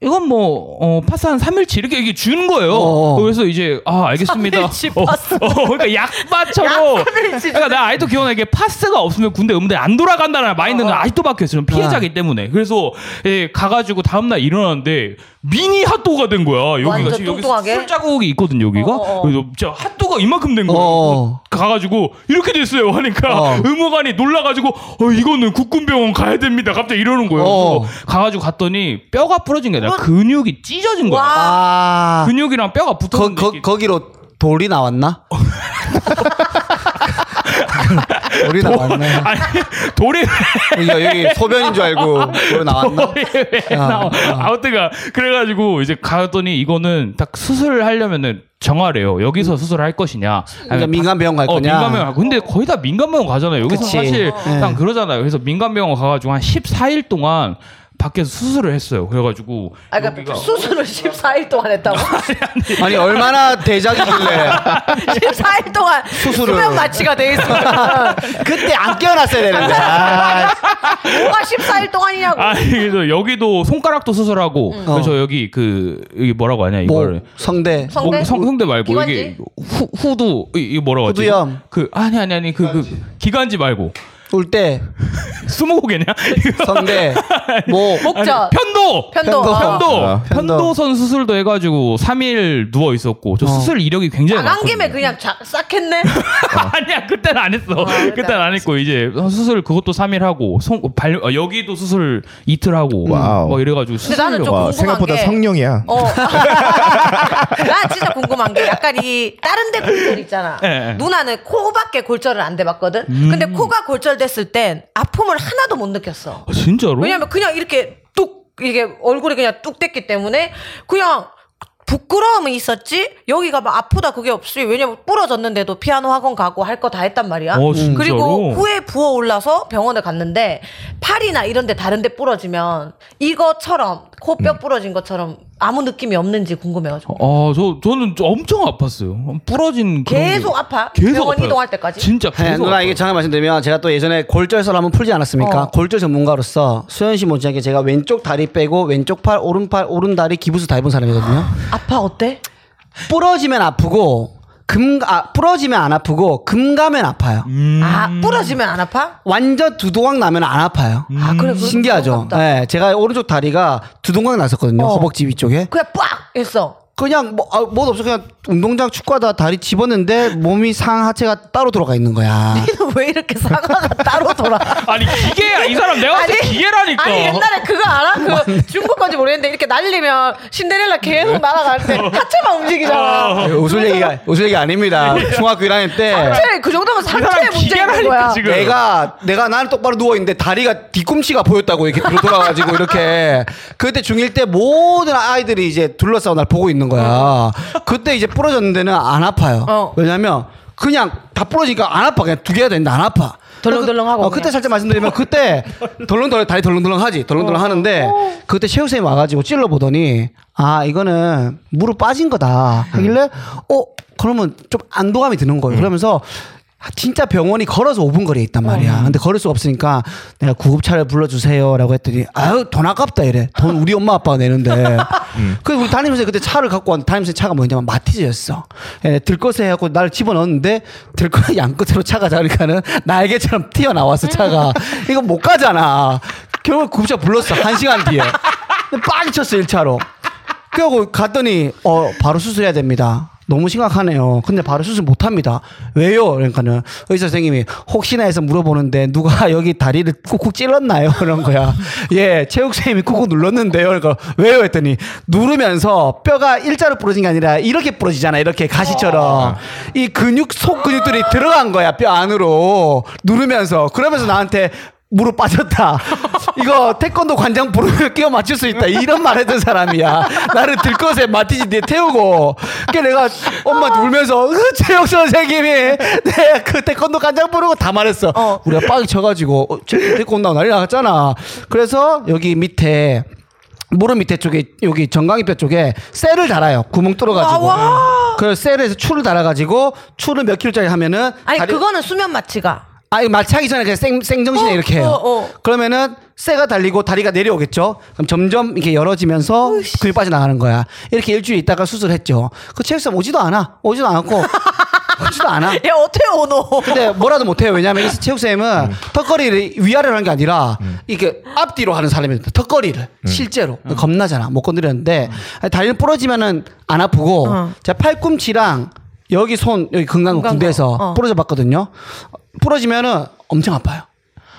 Speaker 3: 이건 뭐, 어, 파스 한 3일치 이렇게 이게 주는 거예요.
Speaker 2: 어.
Speaker 3: 그래서 이제, 아, 알겠습니다.
Speaker 1: 3일치
Speaker 3: 어,
Speaker 1: 파스.
Speaker 3: 어, 그러니까 약바처럼. 그러니까 나 아직도 기억나 이게 파스가 없으면 군대 음대 안 돌아간다는 마인드는 아직도 박혀 있어요. 저는 피해자기 때문에. 그래서 예, 가가지고 다음 날 일어났는데 미니 핫도그가 된 거야. 여기가
Speaker 1: 완전
Speaker 3: 지금 여기
Speaker 1: 뚱뚱하게?
Speaker 3: 술 자국이 있거든 여기가.
Speaker 1: 어, 어.
Speaker 3: 그래서 진짜 핫도그가 이만큼 된 거야.
Speaker 2: 어.
Speaker 3: 가가지고 이렇게 됐어요 하니까
Speaker 2: 어.
Speaker 3: 의무관이 놀라가지고 어 이거는 국군병원 가야 됩니다. 갑자기 이러는 거예요.
Speaker 2: 어.
Speaker 3: 그래서 가가지고 갔더니 뼈가 부러진 게 아니라 근육이 찢어진 거야.
Speaker 1: 와.
Speaker 2: 아,
Speaker 3: 근육이랑
Speaker 2: 거,
Speaker 3: 뼈가 붙었는데
Speaker 2: 거,
Speaker 3: 이게
Speaker 2: 거기로 돌이 나왔나? 돌이 나왔네.
Speaker 3: 아니 돌이
Speaker 2: 여기, 여기 소변인 줄 알고 돌 나왔나?
Speaker 3: 왜 나와. 아무튼가 그래가지고 이제 갔더니 이거는 딱 수술하려면은 정하래요. 여기서 수술할 것이냐.
Speaker 2: 음. 그러니까 민간 병원 갈
Speaker 3: 어,
Speaker 2: 거냐?
Speaker 3: 민간병원 가. 근데 거의 다 민간병원 가잖아요. 여기서
Speaker 2: 그치.
Speaker 3: 사실
Speaker 2: 네.
Speaker 3: 딱 그러잖아요. 그래서 민간병원 가가지고 한 14일 동안 밖에서 수술을 했어요. 그래가지고
Speaker 1: 아, 그러니까 수술을 14일 동안 했다고?
Speaker 2: 아니 얼마나 대작이길래
Speaker 1: 14일 동안
Speaker 2: 수술을.
Speaker 1: 수면 마취가 돼 있으니까
Speaker 2: 그때 안 깨어났어야 되는데. 아,
Speaker 1: 뭐가 14일 동안이냐고.
Speaker 3: 아 그래서 여기도 손가락도 수술하고 그래서 여기 그 여기 뭐라고 하냐
Speaker 2: 어. 뭐
Speaker 3: 이거를
Speaker 2: 성대
Speaker 1: 성대?
Speaker 3: 뭐, 성, 성대 말고
Speaker 1: 기관지?
Speaker 3: 이게 후, 후두 이, 이 뭐라고 하지?
Speaker 2: 후두염.
Speaker 3: 그 아니 아니 아니 그 그 기관지 말고
Speaker 2: 울 때
Speaker 3: 스무고개냐? 이거
Speaker 2: 성대 뭐
Speaker 1: 목젖,
Speaker 3: 편도
Speaker 1: 편도,
Speaker 2: 편도.
Speaker 1: 어.
Speaker 3: 편도
Speaker 4: 아.
Speaker 3: 편도선 수술도 해가지고 3일 누워 있었고 저 수술 이력이 굉장히
Speaker 1: 안 아, 한
Speaker 3: 많거든요.
Speaker 1: 김에 그냥 자, 싹 했네.
Speaker 3: 아니야 그땐 안 했어
Speaker 1: 그땐
Speaker 3: 그땐 안 했고 이제 수술 그것도 3일 하고 손, 발, 어, 여기도 수술 이틀 하고
Speaker 4: 와우.
Speaker 3: 막
Speaker 1: 근데
Speaker 3: 이래가지고 수술
Speaker 1: 나는 좀
Speaker 4: 와
Speaker 1: 궁금한
Speaker 4: 생각보다
Speaker 1: 게
Speaker 4: 성령이야.
Speaker 1: 어. 나 진짜 궁금한 게 약간 이 다른 데 골절 있잖아.
Speaker 3: 예, 음. 예.
Speaker 1: 누나는 코밖에 골절을 안 돼봤거든. 근데 코가 골절됐을 땐 아픔을 하나도 못 느꼈어.
Speaker 3: 아, 진짜로?
Speaker 1: 그- 왜냐면 그냥 이렇게 뚝 이게 얼굴이 그냥 뚝 됐기 때문에 그냥 부끄러움은 있었지 여기가 막 아프다 그게 없이 왜냐면 부러졌는데도 피아노 학원 가고 할 거 다 했단 말이야.
Speaker 3: 어, 진짜로?
Speaker 1: 그리고 후에 부어 올라서 병원에 갔는데 팔이나 이런데 다른데 부러지면 이거처럼
Speaker 3: 음.
Speaker 1: 코뼈 부러진 것처럼 아무 느낌이 없는지 궁금해가지고
Speaker 3: 아, 저 저는 좀 엄청 아팠어요. 부러진 그런 게-
Speaker 1: 계속 아파?
Speaker 3: 계속
Speaker 1: 병원
Speaker 3: 아파요.
Speaker 1: 이동할 때까지?
Speaker 3: 진짜
Speaker 2: 네,
Speaker 3: 계속.
Speaker 2: 누나
Speaker 3: 아파요.
Speaker 2: 이게 잠깐 말씀드리면 제가 또 예전에 골절설 한번 풀지 않았습니까?
Speaker 1: 어.
Speaker 2: 골절 전문가로서 수현 씨 못지않게 제가 왼쪽 다리 빼고 왼쪽 팔 오른팔 오른다리 기부스 다 해본 사람이거든요.
Speaker 1: 아파 어때?
Speaker 2: 부러지면 아프고 금 아, 부러지면 안 아프고 금가면 아파요.
Speaker 3: 음.
Speaker 1: 아 부러지면 안 아파?
Speaker 2: 완전 두동강 나면 안 아파요.
Speaker 1: 아
Speaker 3: 음.
Speaker 1: 그래 그건
Speaker 2: 신기하죠.
Speaker 1: 그런가 보다.
Speaker 2: 네, 제가 오른쪽 다리가 두동강 났었거든요.
Speaker 1: 어.
Speaker 2: 허벅지 위쪽에.
Speaker 1: 그냥 빡 했어.
Speaker 2: 그냥 뭐, 아, 뭐 없어 그냥 운동장 축구하다 다리 집었는데 몸이 상하체가 따로 들어가 있는 거야.
Speaker 1: 니는 왜 이렇게 상아가 따로 돌아?
Speaker 3: 아니 기계야 이 사람 내가 봤을 때 기계라니까.
Speaker 1: 아니 옛날에 그거 알아? 그 중국 건지 모르겠는데 이렇게 날리면 신데렐라
Speaker 3: 네.
Speaker 1: 계속 날아갈 때
Speaker 3: 어.
Speaker 1: 하체만 움직이잖아.
Speaker 2: 예, 웃을 얘기가 웃을 얘기 아닙니다.
Speaker 1: 네.
Speaker 2: 중학교 1학년 때
Speaker 1: 하체 그 정도면
Speaker 3: 이 사람
Speaker 1: 상체에 문제 있는
Speaker 3: 기계라니까
Speaker 1: 거야.
Speaker 3: 지금.
Speaker 2: 내가 내가 나는 똑바로 누워 있는데 다리가 뒤꿈치가 보였다고 이렇게 뒤로 돌아가지고 이렇게 그때 중1 때 모든 아이들이 이제 둘러싸고 날 보고 있는 거야. 그때 이제 부러졌는데는 안 아파요.
Speaker 1: 어.
Speaker 2: 왜냐면 그냥 다 부러지니까 안 아파. 그냥 두 개가 되는데 안 아파.
Speaker 1: 덜렁덜렁하고
Speaker 2: 어, 그때
Speaker 1: 그냥.
Speaker 2: 살짝 말씀드리면 그때 덜렁덜렁 다리 덜렁덜렁하지.
Speaker 1: 어.
Speaker 2: 덜렁덜렁하는데 그때 최우 선생님 와가지고 찔러 보더니 아 이거는 무릎 빠진 거다. 하길래 어 그러면 좀 안도감이 드는
Speaker 1: 음.
Speaker 2: 거예요. 그러면서 진짜 병원이 걸어서 5분 거리에 있단 말이야. 근데 걸을 수가 없으니까 내가 구급차를 불러주세요라고 했더니 아유 돈 아깝다 이래. 돈 우리 엄마 아빠가 내는데.
Speaker 1: 음.
Speaker 2: 그래서 우리 담임선생 그때 차를 갖고 왔는데 담임선생 차가 뭐냐면 마티즈였어. 예, 들것에 해갖고 나를 집어넣었는데 들것 양끝으로 차가 자니까는 날개처럼 튀어나왔어 차가. 이거 못 가잖아. 결국 구급차 불렀어 한 시간 뒤에. 근데 빵 쳤어 1차로. 그래고 갔더니 어 바로 수술해야 됩니다. 너무 심각하네요. 근데 바로 수술 못 합니다. 왜요? 그러니까는 의사 선생님이 혹시나 해서 물어보는데 누가 여기 다리를 쿡쿡 찔렀나요? 그런 거야. 예, 체육 선생님이 쿡쿡 눌렀는데요. 그러니까 왜요? 했더니 누르면서 뼈가 일자로 부러진 게 아니라 이렇게 부러지잖아. 이렇게 가시처럼 이 근육 속 근육들이 들어간 거야 뼈 안으로 누르면서 그러면서 나한테 무릎 빠졌다. 이거 태권도 관장 부르면 끼워 맞출 수 있다. 이런 말 했던 사람이야. 나를 들것에 마티즈 뒤에 태우고. 그게 내가 엄마한테 울면서, 으, 체육 선생님이 내 그 태권도 관장 부르고 다 말했어. 우리가 빡이 쳐가지고, 어, 쟤 태권도 난리 나갔잖아. 그래서 여기 밑에, 무릎 밑에 쪽에, 여기 정강이뼈 쪽에 쇠를 달아요. 구멍 뚫어가지고.
Speaker 1: 와.
Speaker 2: 그 쇠에서 추를 달아가지고, 추를 몇 킬로짜리 하면은.
Speaker 1: 아니
Speaker 2: 다리-
Speaker 1: 그거는 수면 마취가
Speaker 2: 아, 이거 마취하기 전에 그냥 생, 생정신에
Speaker 1: 어,
Speaker 2: 이렇게 해요.
Speaker 1: 어, 어.
Speaker 2: 그러면은 쇠가 달리고 다리가 내려오겠죠? 그럼 점점 이렇게 열어지면서 근육 빠져나가는 거야. 이렇게 일주일 있다가 수술했죠. 그 체육쌤 오지도 않아. 오지도 않았고. 오지도 않아.
Speaker 1: 야 어떻게 오노?
Speaker 2: 근데 뭐라도 못해요. 왜냐면 이 체육쌤은 턱걸이를 위아래로 하는 게 아니라 이게 앞뒤로 하는 사람이에요. 턱걸이를. 실제로. 겁나잖아. 못 건드렸는데. 아니, 다리를 부러지면은 안 아프고
Speaker 1: 어.
Speaker 2: 제가 팔꿈치랑 여기 손, 여기 금강
Speaker 1: 금강근.
Speaker 2: 군대에서
Speaker 1: 어.
Speaker 2: 부러져 봤거든요. 부러지면은 엄청 아파요.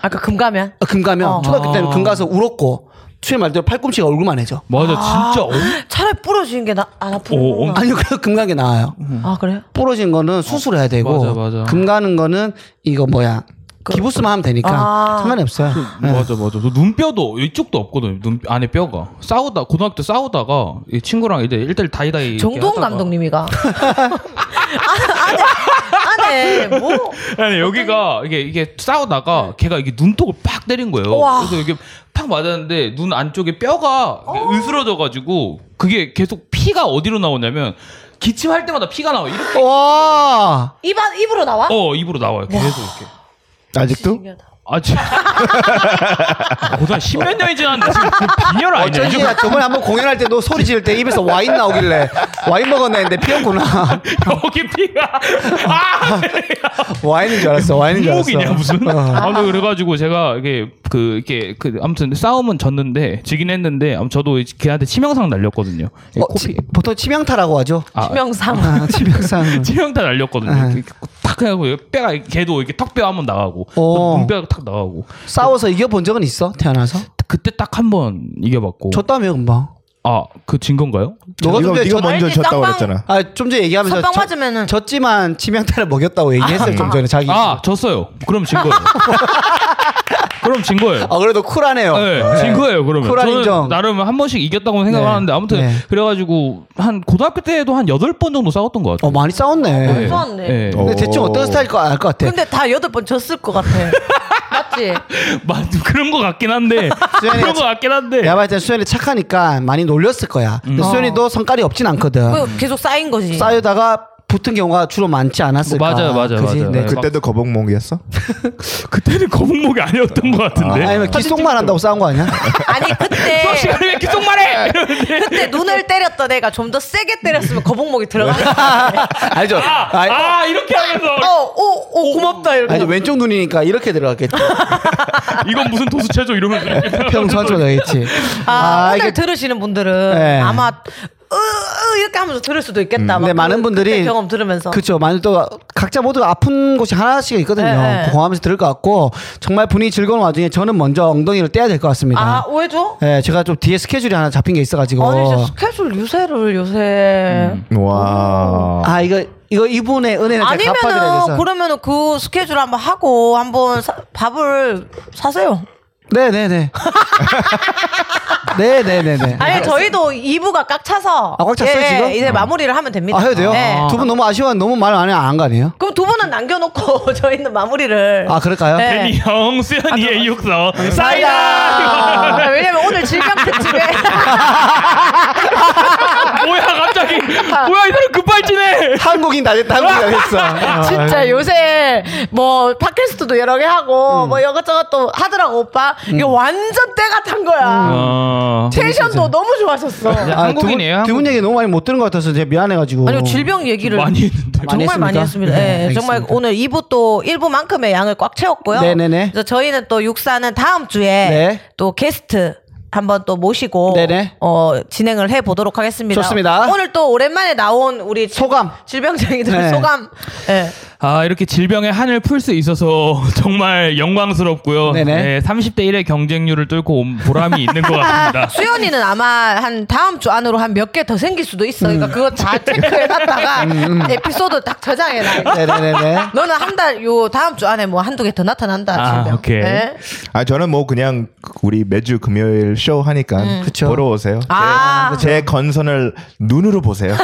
Speaker 1: 아까 그 금가면
Speaker 2: 어, 금 가면
Speaker 1: 어.
Speaker 2: 초등학교 때는 금 가서 울었고 수현 말대로 팔꿈치가 얼굴만 해져.
Speaker 3: 맞아 진짜 어,
Speaker 1: 차라리 부러지는 게 나 안
Speaker 3: 어, 엄-
Speaker 1: 아프구나.
Speaker 2: 아니요, 그래서 금 가게 나와요.
Speaker 1: 아 그래요?
Speaker 2: 부러진 거는 수술해야 되고
Speaker 3: 맞아, 맞아.
Speaker 2: 금 가는 거는 이거 뭐야 기부스만 하면 되니까
Speaker 1: 아.
Speaker 2: 상관이 없어요.
Speaker 3: 맞아 맞아. 저 눈뼈도 이쪽도 없거든. 눈 안에 뼈가 싸우다 고등학교 때 싸우다가 이 친구랑 이제 일대일 다이다이 이렇게
Speaker 1: 정동
Speaker 3: 하다가-
Speaker 1: 감독님이가 아, 안에 안에 뭐
Speaker 3: 아니 여기가 이게 이게 싸우다가 걔가 이게 눈독을 팍 때린 거예요.
Speaker 1: 네. 우와.
Speaker 3: 그래서 이게 팍 맞았는데 눈 안쪽에 뼈가
Speaker 1: 어.
Speaker 3: 으스러져가지고 그게 계속 피가 어디로 나오냐면 기침할 때마다 피가 나와. 이렇게
Speaker 2: 와
Speaker 1: 입안 입으로 나와?
Speaker 3: 어 입으로 나와요. 계속 이렇게.
Speaker 4: 아직도?
Speaker 1: 신기하다.
Speaker 3: 아 진짜. 고등 십몇 년이 지났는데 지금 그 빈혈 아니냐?
Speaker 2: 어쩐지
Speaker 3: 이거?
Speaker 2: 나 저번에 한번 공연할 때 너 소리 지를 때 입에서 와인 나오길래 와인 먹었나 했는데 피었구나
Speaker 3: 여기 피가 아
Speaker 2: 와인인 줄 알았어 와인인 줄 알았어
Speaker 3: 목이냐 무슨?
Speaker 2: 어.
Speaker 3: 아무튼 그래가지고 제가 이게 그 이게 그 아무튼 싸움은 졌는데 지긴 했는데 아무튼 저도 이제 걔한테 치명상 날렸거든요.
Speaker 2: 어,
Speaker 3: 코피
Speaker 2: 치- 보통 치명타라고 하죠
Speaker 3: 아,
Speaker 1: 치명상
Speaker 2: 아, 치명상
Speaker 3: 치명타 날렸거든요.
Speaker 2: 아.
Speaker 3: 이렇게 이렇게 탁 해갖고 뼈가 걔도 이렇게 턱뼈 한 번 나가고
Speaker 2: 어.
Speaker 3: 눈뼈가 탁 나가고
Speaker 2: 싸워서 이겨본 적은 있어 태어나서
Speaker 3: 그때 딱 한 번 이겨봤고
Speaker 2: 졌다며 금방
Speaker 3: 아 그 진 건가요?
Speaker 2: 너가
Speaker 4: 네가,
Speaker 2: 근데
Speaker 4: 네가
Speaker 2: 저-
Speaker 4: 먼저
Speaker 1: 알지,
Speaker 4: 졌다고
Speaker 1: 쌍방-
Speaker 4: 그랬잖아.
Speaker 2: 아좀 전에 얘기하면서
Speaker 1: 선빵
Speaker 2: 저-
Speaker 1: 맞으면은
Speaker 2: 졌지만 치명타를 먹였다고 얘기했어요 좀 전에 자기.
Speaker 3: 아 졌어요. 그럼 진 거예요. 그럼 진 거예요.
Speaker 2: 아, 그래도 쿨하네요.
Speaker 3: 네, 진 거예요 그러면
Speaker 2: 쿨한
Speaker 3: 저는
Speaker 2: 인정.
Speaker 3: 나름 한 번씩 이겼다고
Speaker 2: 네.
Speaker 3: 생각하는데 아무튼
Speaker 2: 네.
Speaker 3: 그래가지고 한 고등학교 때도 한 여덟 번 정도 싸웠던 것
Speaker 2: 어
Speaker 3: 같아요
Speaker 2: 많이 싸웠네.
Speaker 1: 네. 싸웠네.
Speaker 3: 네.
Speaker 4: 어.
Speaker 2: 근데 대충 어떤 스타일 거알것 같아.
Speaker 1: 근데 다 여덟 번 졌을 것 같아. 맞지?
Speaker 3: 맞 그런 것 같긴 한데
Speaker 2: 수현이가
Speaker 3: 그런 것 같긴 한데
Speaker 2: 내가 봤을 때 수현이 착하니까 많이 놀렸을 거야.
Speaker 3: 음.
Speaker 2: 근데 수현이도
Speaker 3: 어.
Speaker 2: 성깔이 없진 않거든.
Speaker 1: 그거 계속 쌓인 거지.
Speaker 2: 싸우다가 붙은 경우가 주로 많지 않았을까.
Speaker 3: 뭐, 맞아요, 맞아요,
Speaker 2: 그지?
Speaker 3: 맞아요.
Speaker 2: 네.
Speaker 3: 그-
Speaker 4: 그때도 거북목이었어?
Speaker 3: 그때는 거북목이 아니었던 것 같은데
Speaker 2: 아니면 기속만 한다고 싸운 거 아니야?
Speaker 1: 아니 그때
Speaker 3: 시간이 왜 계속 말해 이러는데
Speaker 1: 그때 눈을 때렸던 애가 좀 더 세게 때렸으면 거북목이 들어가.
Speaker 2: 알죠.
Speaker 3: 아,
Speaker 2: 아니,
Speaker 3: 아 이렇게 하면서
Speaker 1: 어오 오, 고맙다 이렇게.
Speaker 2: 아니 왼쪽 눈이니까 이렇게 들어갔겠지.
Speaker 3: 이건 무슨 도수체조 이러면서 이렇게.
Speaker 2: 평선처럼 되겠지.
Speaker 1: 아, 오늘
Speaker 2: 이게
Speaker 1: 들으시는 분들은
Speaker 2: 네. 음,
Speaker 1: 아마 으, 으 이렇게 하면서 들을 수도 있겠다. 막
Speaker 2: 근데 많은
Speaker 1: 그-
Speaker 2: 분들이
Speaker 1: 그때 경험 들으면서
Speaker 2: 그렇죠. 많은 또 각자 모두 아픈 곳이 하나씩 있거든요.
Speaker 1: 네.
Speaker 2: 그 공감해서 들을 것 같고 정말 분위기 즐거운 와중에 저는 먼저 엉덩이를 떼야 될 것 같습니다.
Speaker 1: 아 네, 왜죠?
Speaker 2: 네, 제가 좀 뒤에 스케줄이 하나 잡힌 게 있어가지고
Speaker 1: 아니 진짜 스케줄 유세를 요새
Speaker 3: 어.
Speaker 4: 와.
Speaker 2: 아 이거 이거 이분의 은혜는 제가 갚아드려야
Speaker 1: 아니면은
Speaker 2: 돼서
Speaker 1: 그러면은 그 스케줄 한번 하고 한번 사- 밥을 사세요.
Speaker 2: 네네네 네네네네
Speaker 1: 아니 저희도 2부가 꽉 차서
Speaker 2: 아, 꽉 찼어요,
Speaker 1: 예,
Speaker 2: 지금?
Speaker 1: 이제 마무리를 하면 됩니다.
Speaker 2: 아 해도 돼요?
Speaker 1: 네.
Speaker 2: 두 분 너무 아쉬워 너무 말 안 해 안 한 거 아니에요?
Speaker 1: 그럼 두 분은 남겨놓고 저희는 마무리를.
Speaker 2: 아 그럴까요?
Speaker 1: 네.
Speaker 3: 괜히 형 수현이의 육성
Speaker 1: 아,
Speaker 3: 사이다
Speaker 1: 왜냐면 오늘 질감 특집에
Speaker 3: 뭐야 갑자기 뭐야 이 사람 급발진해
Speaker 2: 한국인 다 됐다 한국인
Speaker 1: 아,
Speaker 2: 다 됐어 아,
Speaker 1: 진짜 요새 뭐 팟캐스트도 여러 개 하고
Speaker 2: 음.
Speaker 1: 뭐 이것저것 또 하더라고 오빠 이거 완전 때가 탄
Speaker 2: 음. 아,
Speaker 1: 거야.
Speaker 3: 어...
Speaker 1: 텐션도 너무 좋아졌어.
Speaker 3: 야, 한국인이에요,
Speaker 2: 두분
Speaker 3: 한국인.
Speaker 2: 얘기 너무 많이 못 들은 것 같아서 제가 미안해가지고
Speaker 1: 아니요 뭐 질병 얘기를
Speaker 3: 어, 많이 했는데
Speaker 2: 많이
Speaker 1: 정말 많이
Speaker 2: 했습니까?
Speaker 1: 했습니다.
Speaker 2: 네,
Speaker 1: 예,
Speaker 2: 알겠습니다.
Speaker 1: 정말 오늘 2부 또 1부만큼의 양을 꽉 채웠고요.
Speaker 2: 네네네.
Speaker 1: 그래서 저희는 또 육사는 다음 주에
Speaker 2: 네.
Speaker 1: 또 게스트 한번 또 모시고
Speaker 2: 네네.
Speaker 1: 어, 진행을 해 보도록 하겠습니다.
Speaker 2: 좋습니다.
Speaker 1: 오늘 또 오랜만에 나온 우리 질-
Speaker 2: 소감.
Speaker 1: 질병쟁이들
Speaker 2: 네.
Speaker 1: 소감. 네.
Speaker 3: 아, 이렇게 질병의 한을 풀 수 있어서 정말 영광스럽고요.
Speaker 2: 네네.
Speaker 3: 네, 30대 1의 경쟁률을 뚫고 온 보람이 있는 것 같습니다.
Speaker 1: 수연이는 아마 한 다음 주 안으로 한 몇 개 더 생길 수도 있어. 그러니까
Speaker 2: 음.
Speaker 1: 그거
Speaker 2: 아,
Speaker 1: 다
Speaker 2: 네.
Speaker 1: 체크해 놨다가 에피소드 딱 저장해 놔.
Speaker 2: 네네네네.
Speaker 1: 너는 한 달 요 다음 주 안에 뭐 한두 개 더 나타난다.
Speaker 3: 아,
Speaker 1: 질병.
Speaker 3: 오케이.
Speaker 1: 네.
Speaker 4: 아 저는 뭐 그냥 우리 매주 금요일 쇼 하니까
Speaker 2: 그쵸.
Speaker 4: 보러 오세요.
Speaker 1: 아.
Speaker 4: 제 건선을 눈으로 보세요.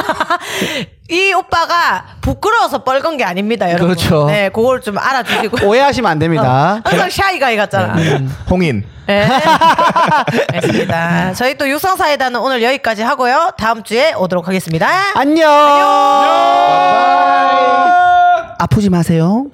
Speaker 1: 이 오빠가 부끄러워서 뻘건 게 아닙니다, 여러분.
Speaker 2: 그렇죠.
Speaker 1: 네, 그걸 좀 알아주시고.
Speaker 2: 오해하시면 안 됩니다.
Speaker 1: 항상 샤이가이 같잖아. 음.
Speaker 4: 홍인.
Speaker 1: 네. 알겠습니다. 저희 또 육성사이다는 오늘 여기까지 하고요. 다음 주에 오도록 하겠습니다.
Speaker 2: 안녕. 아프지 마세요.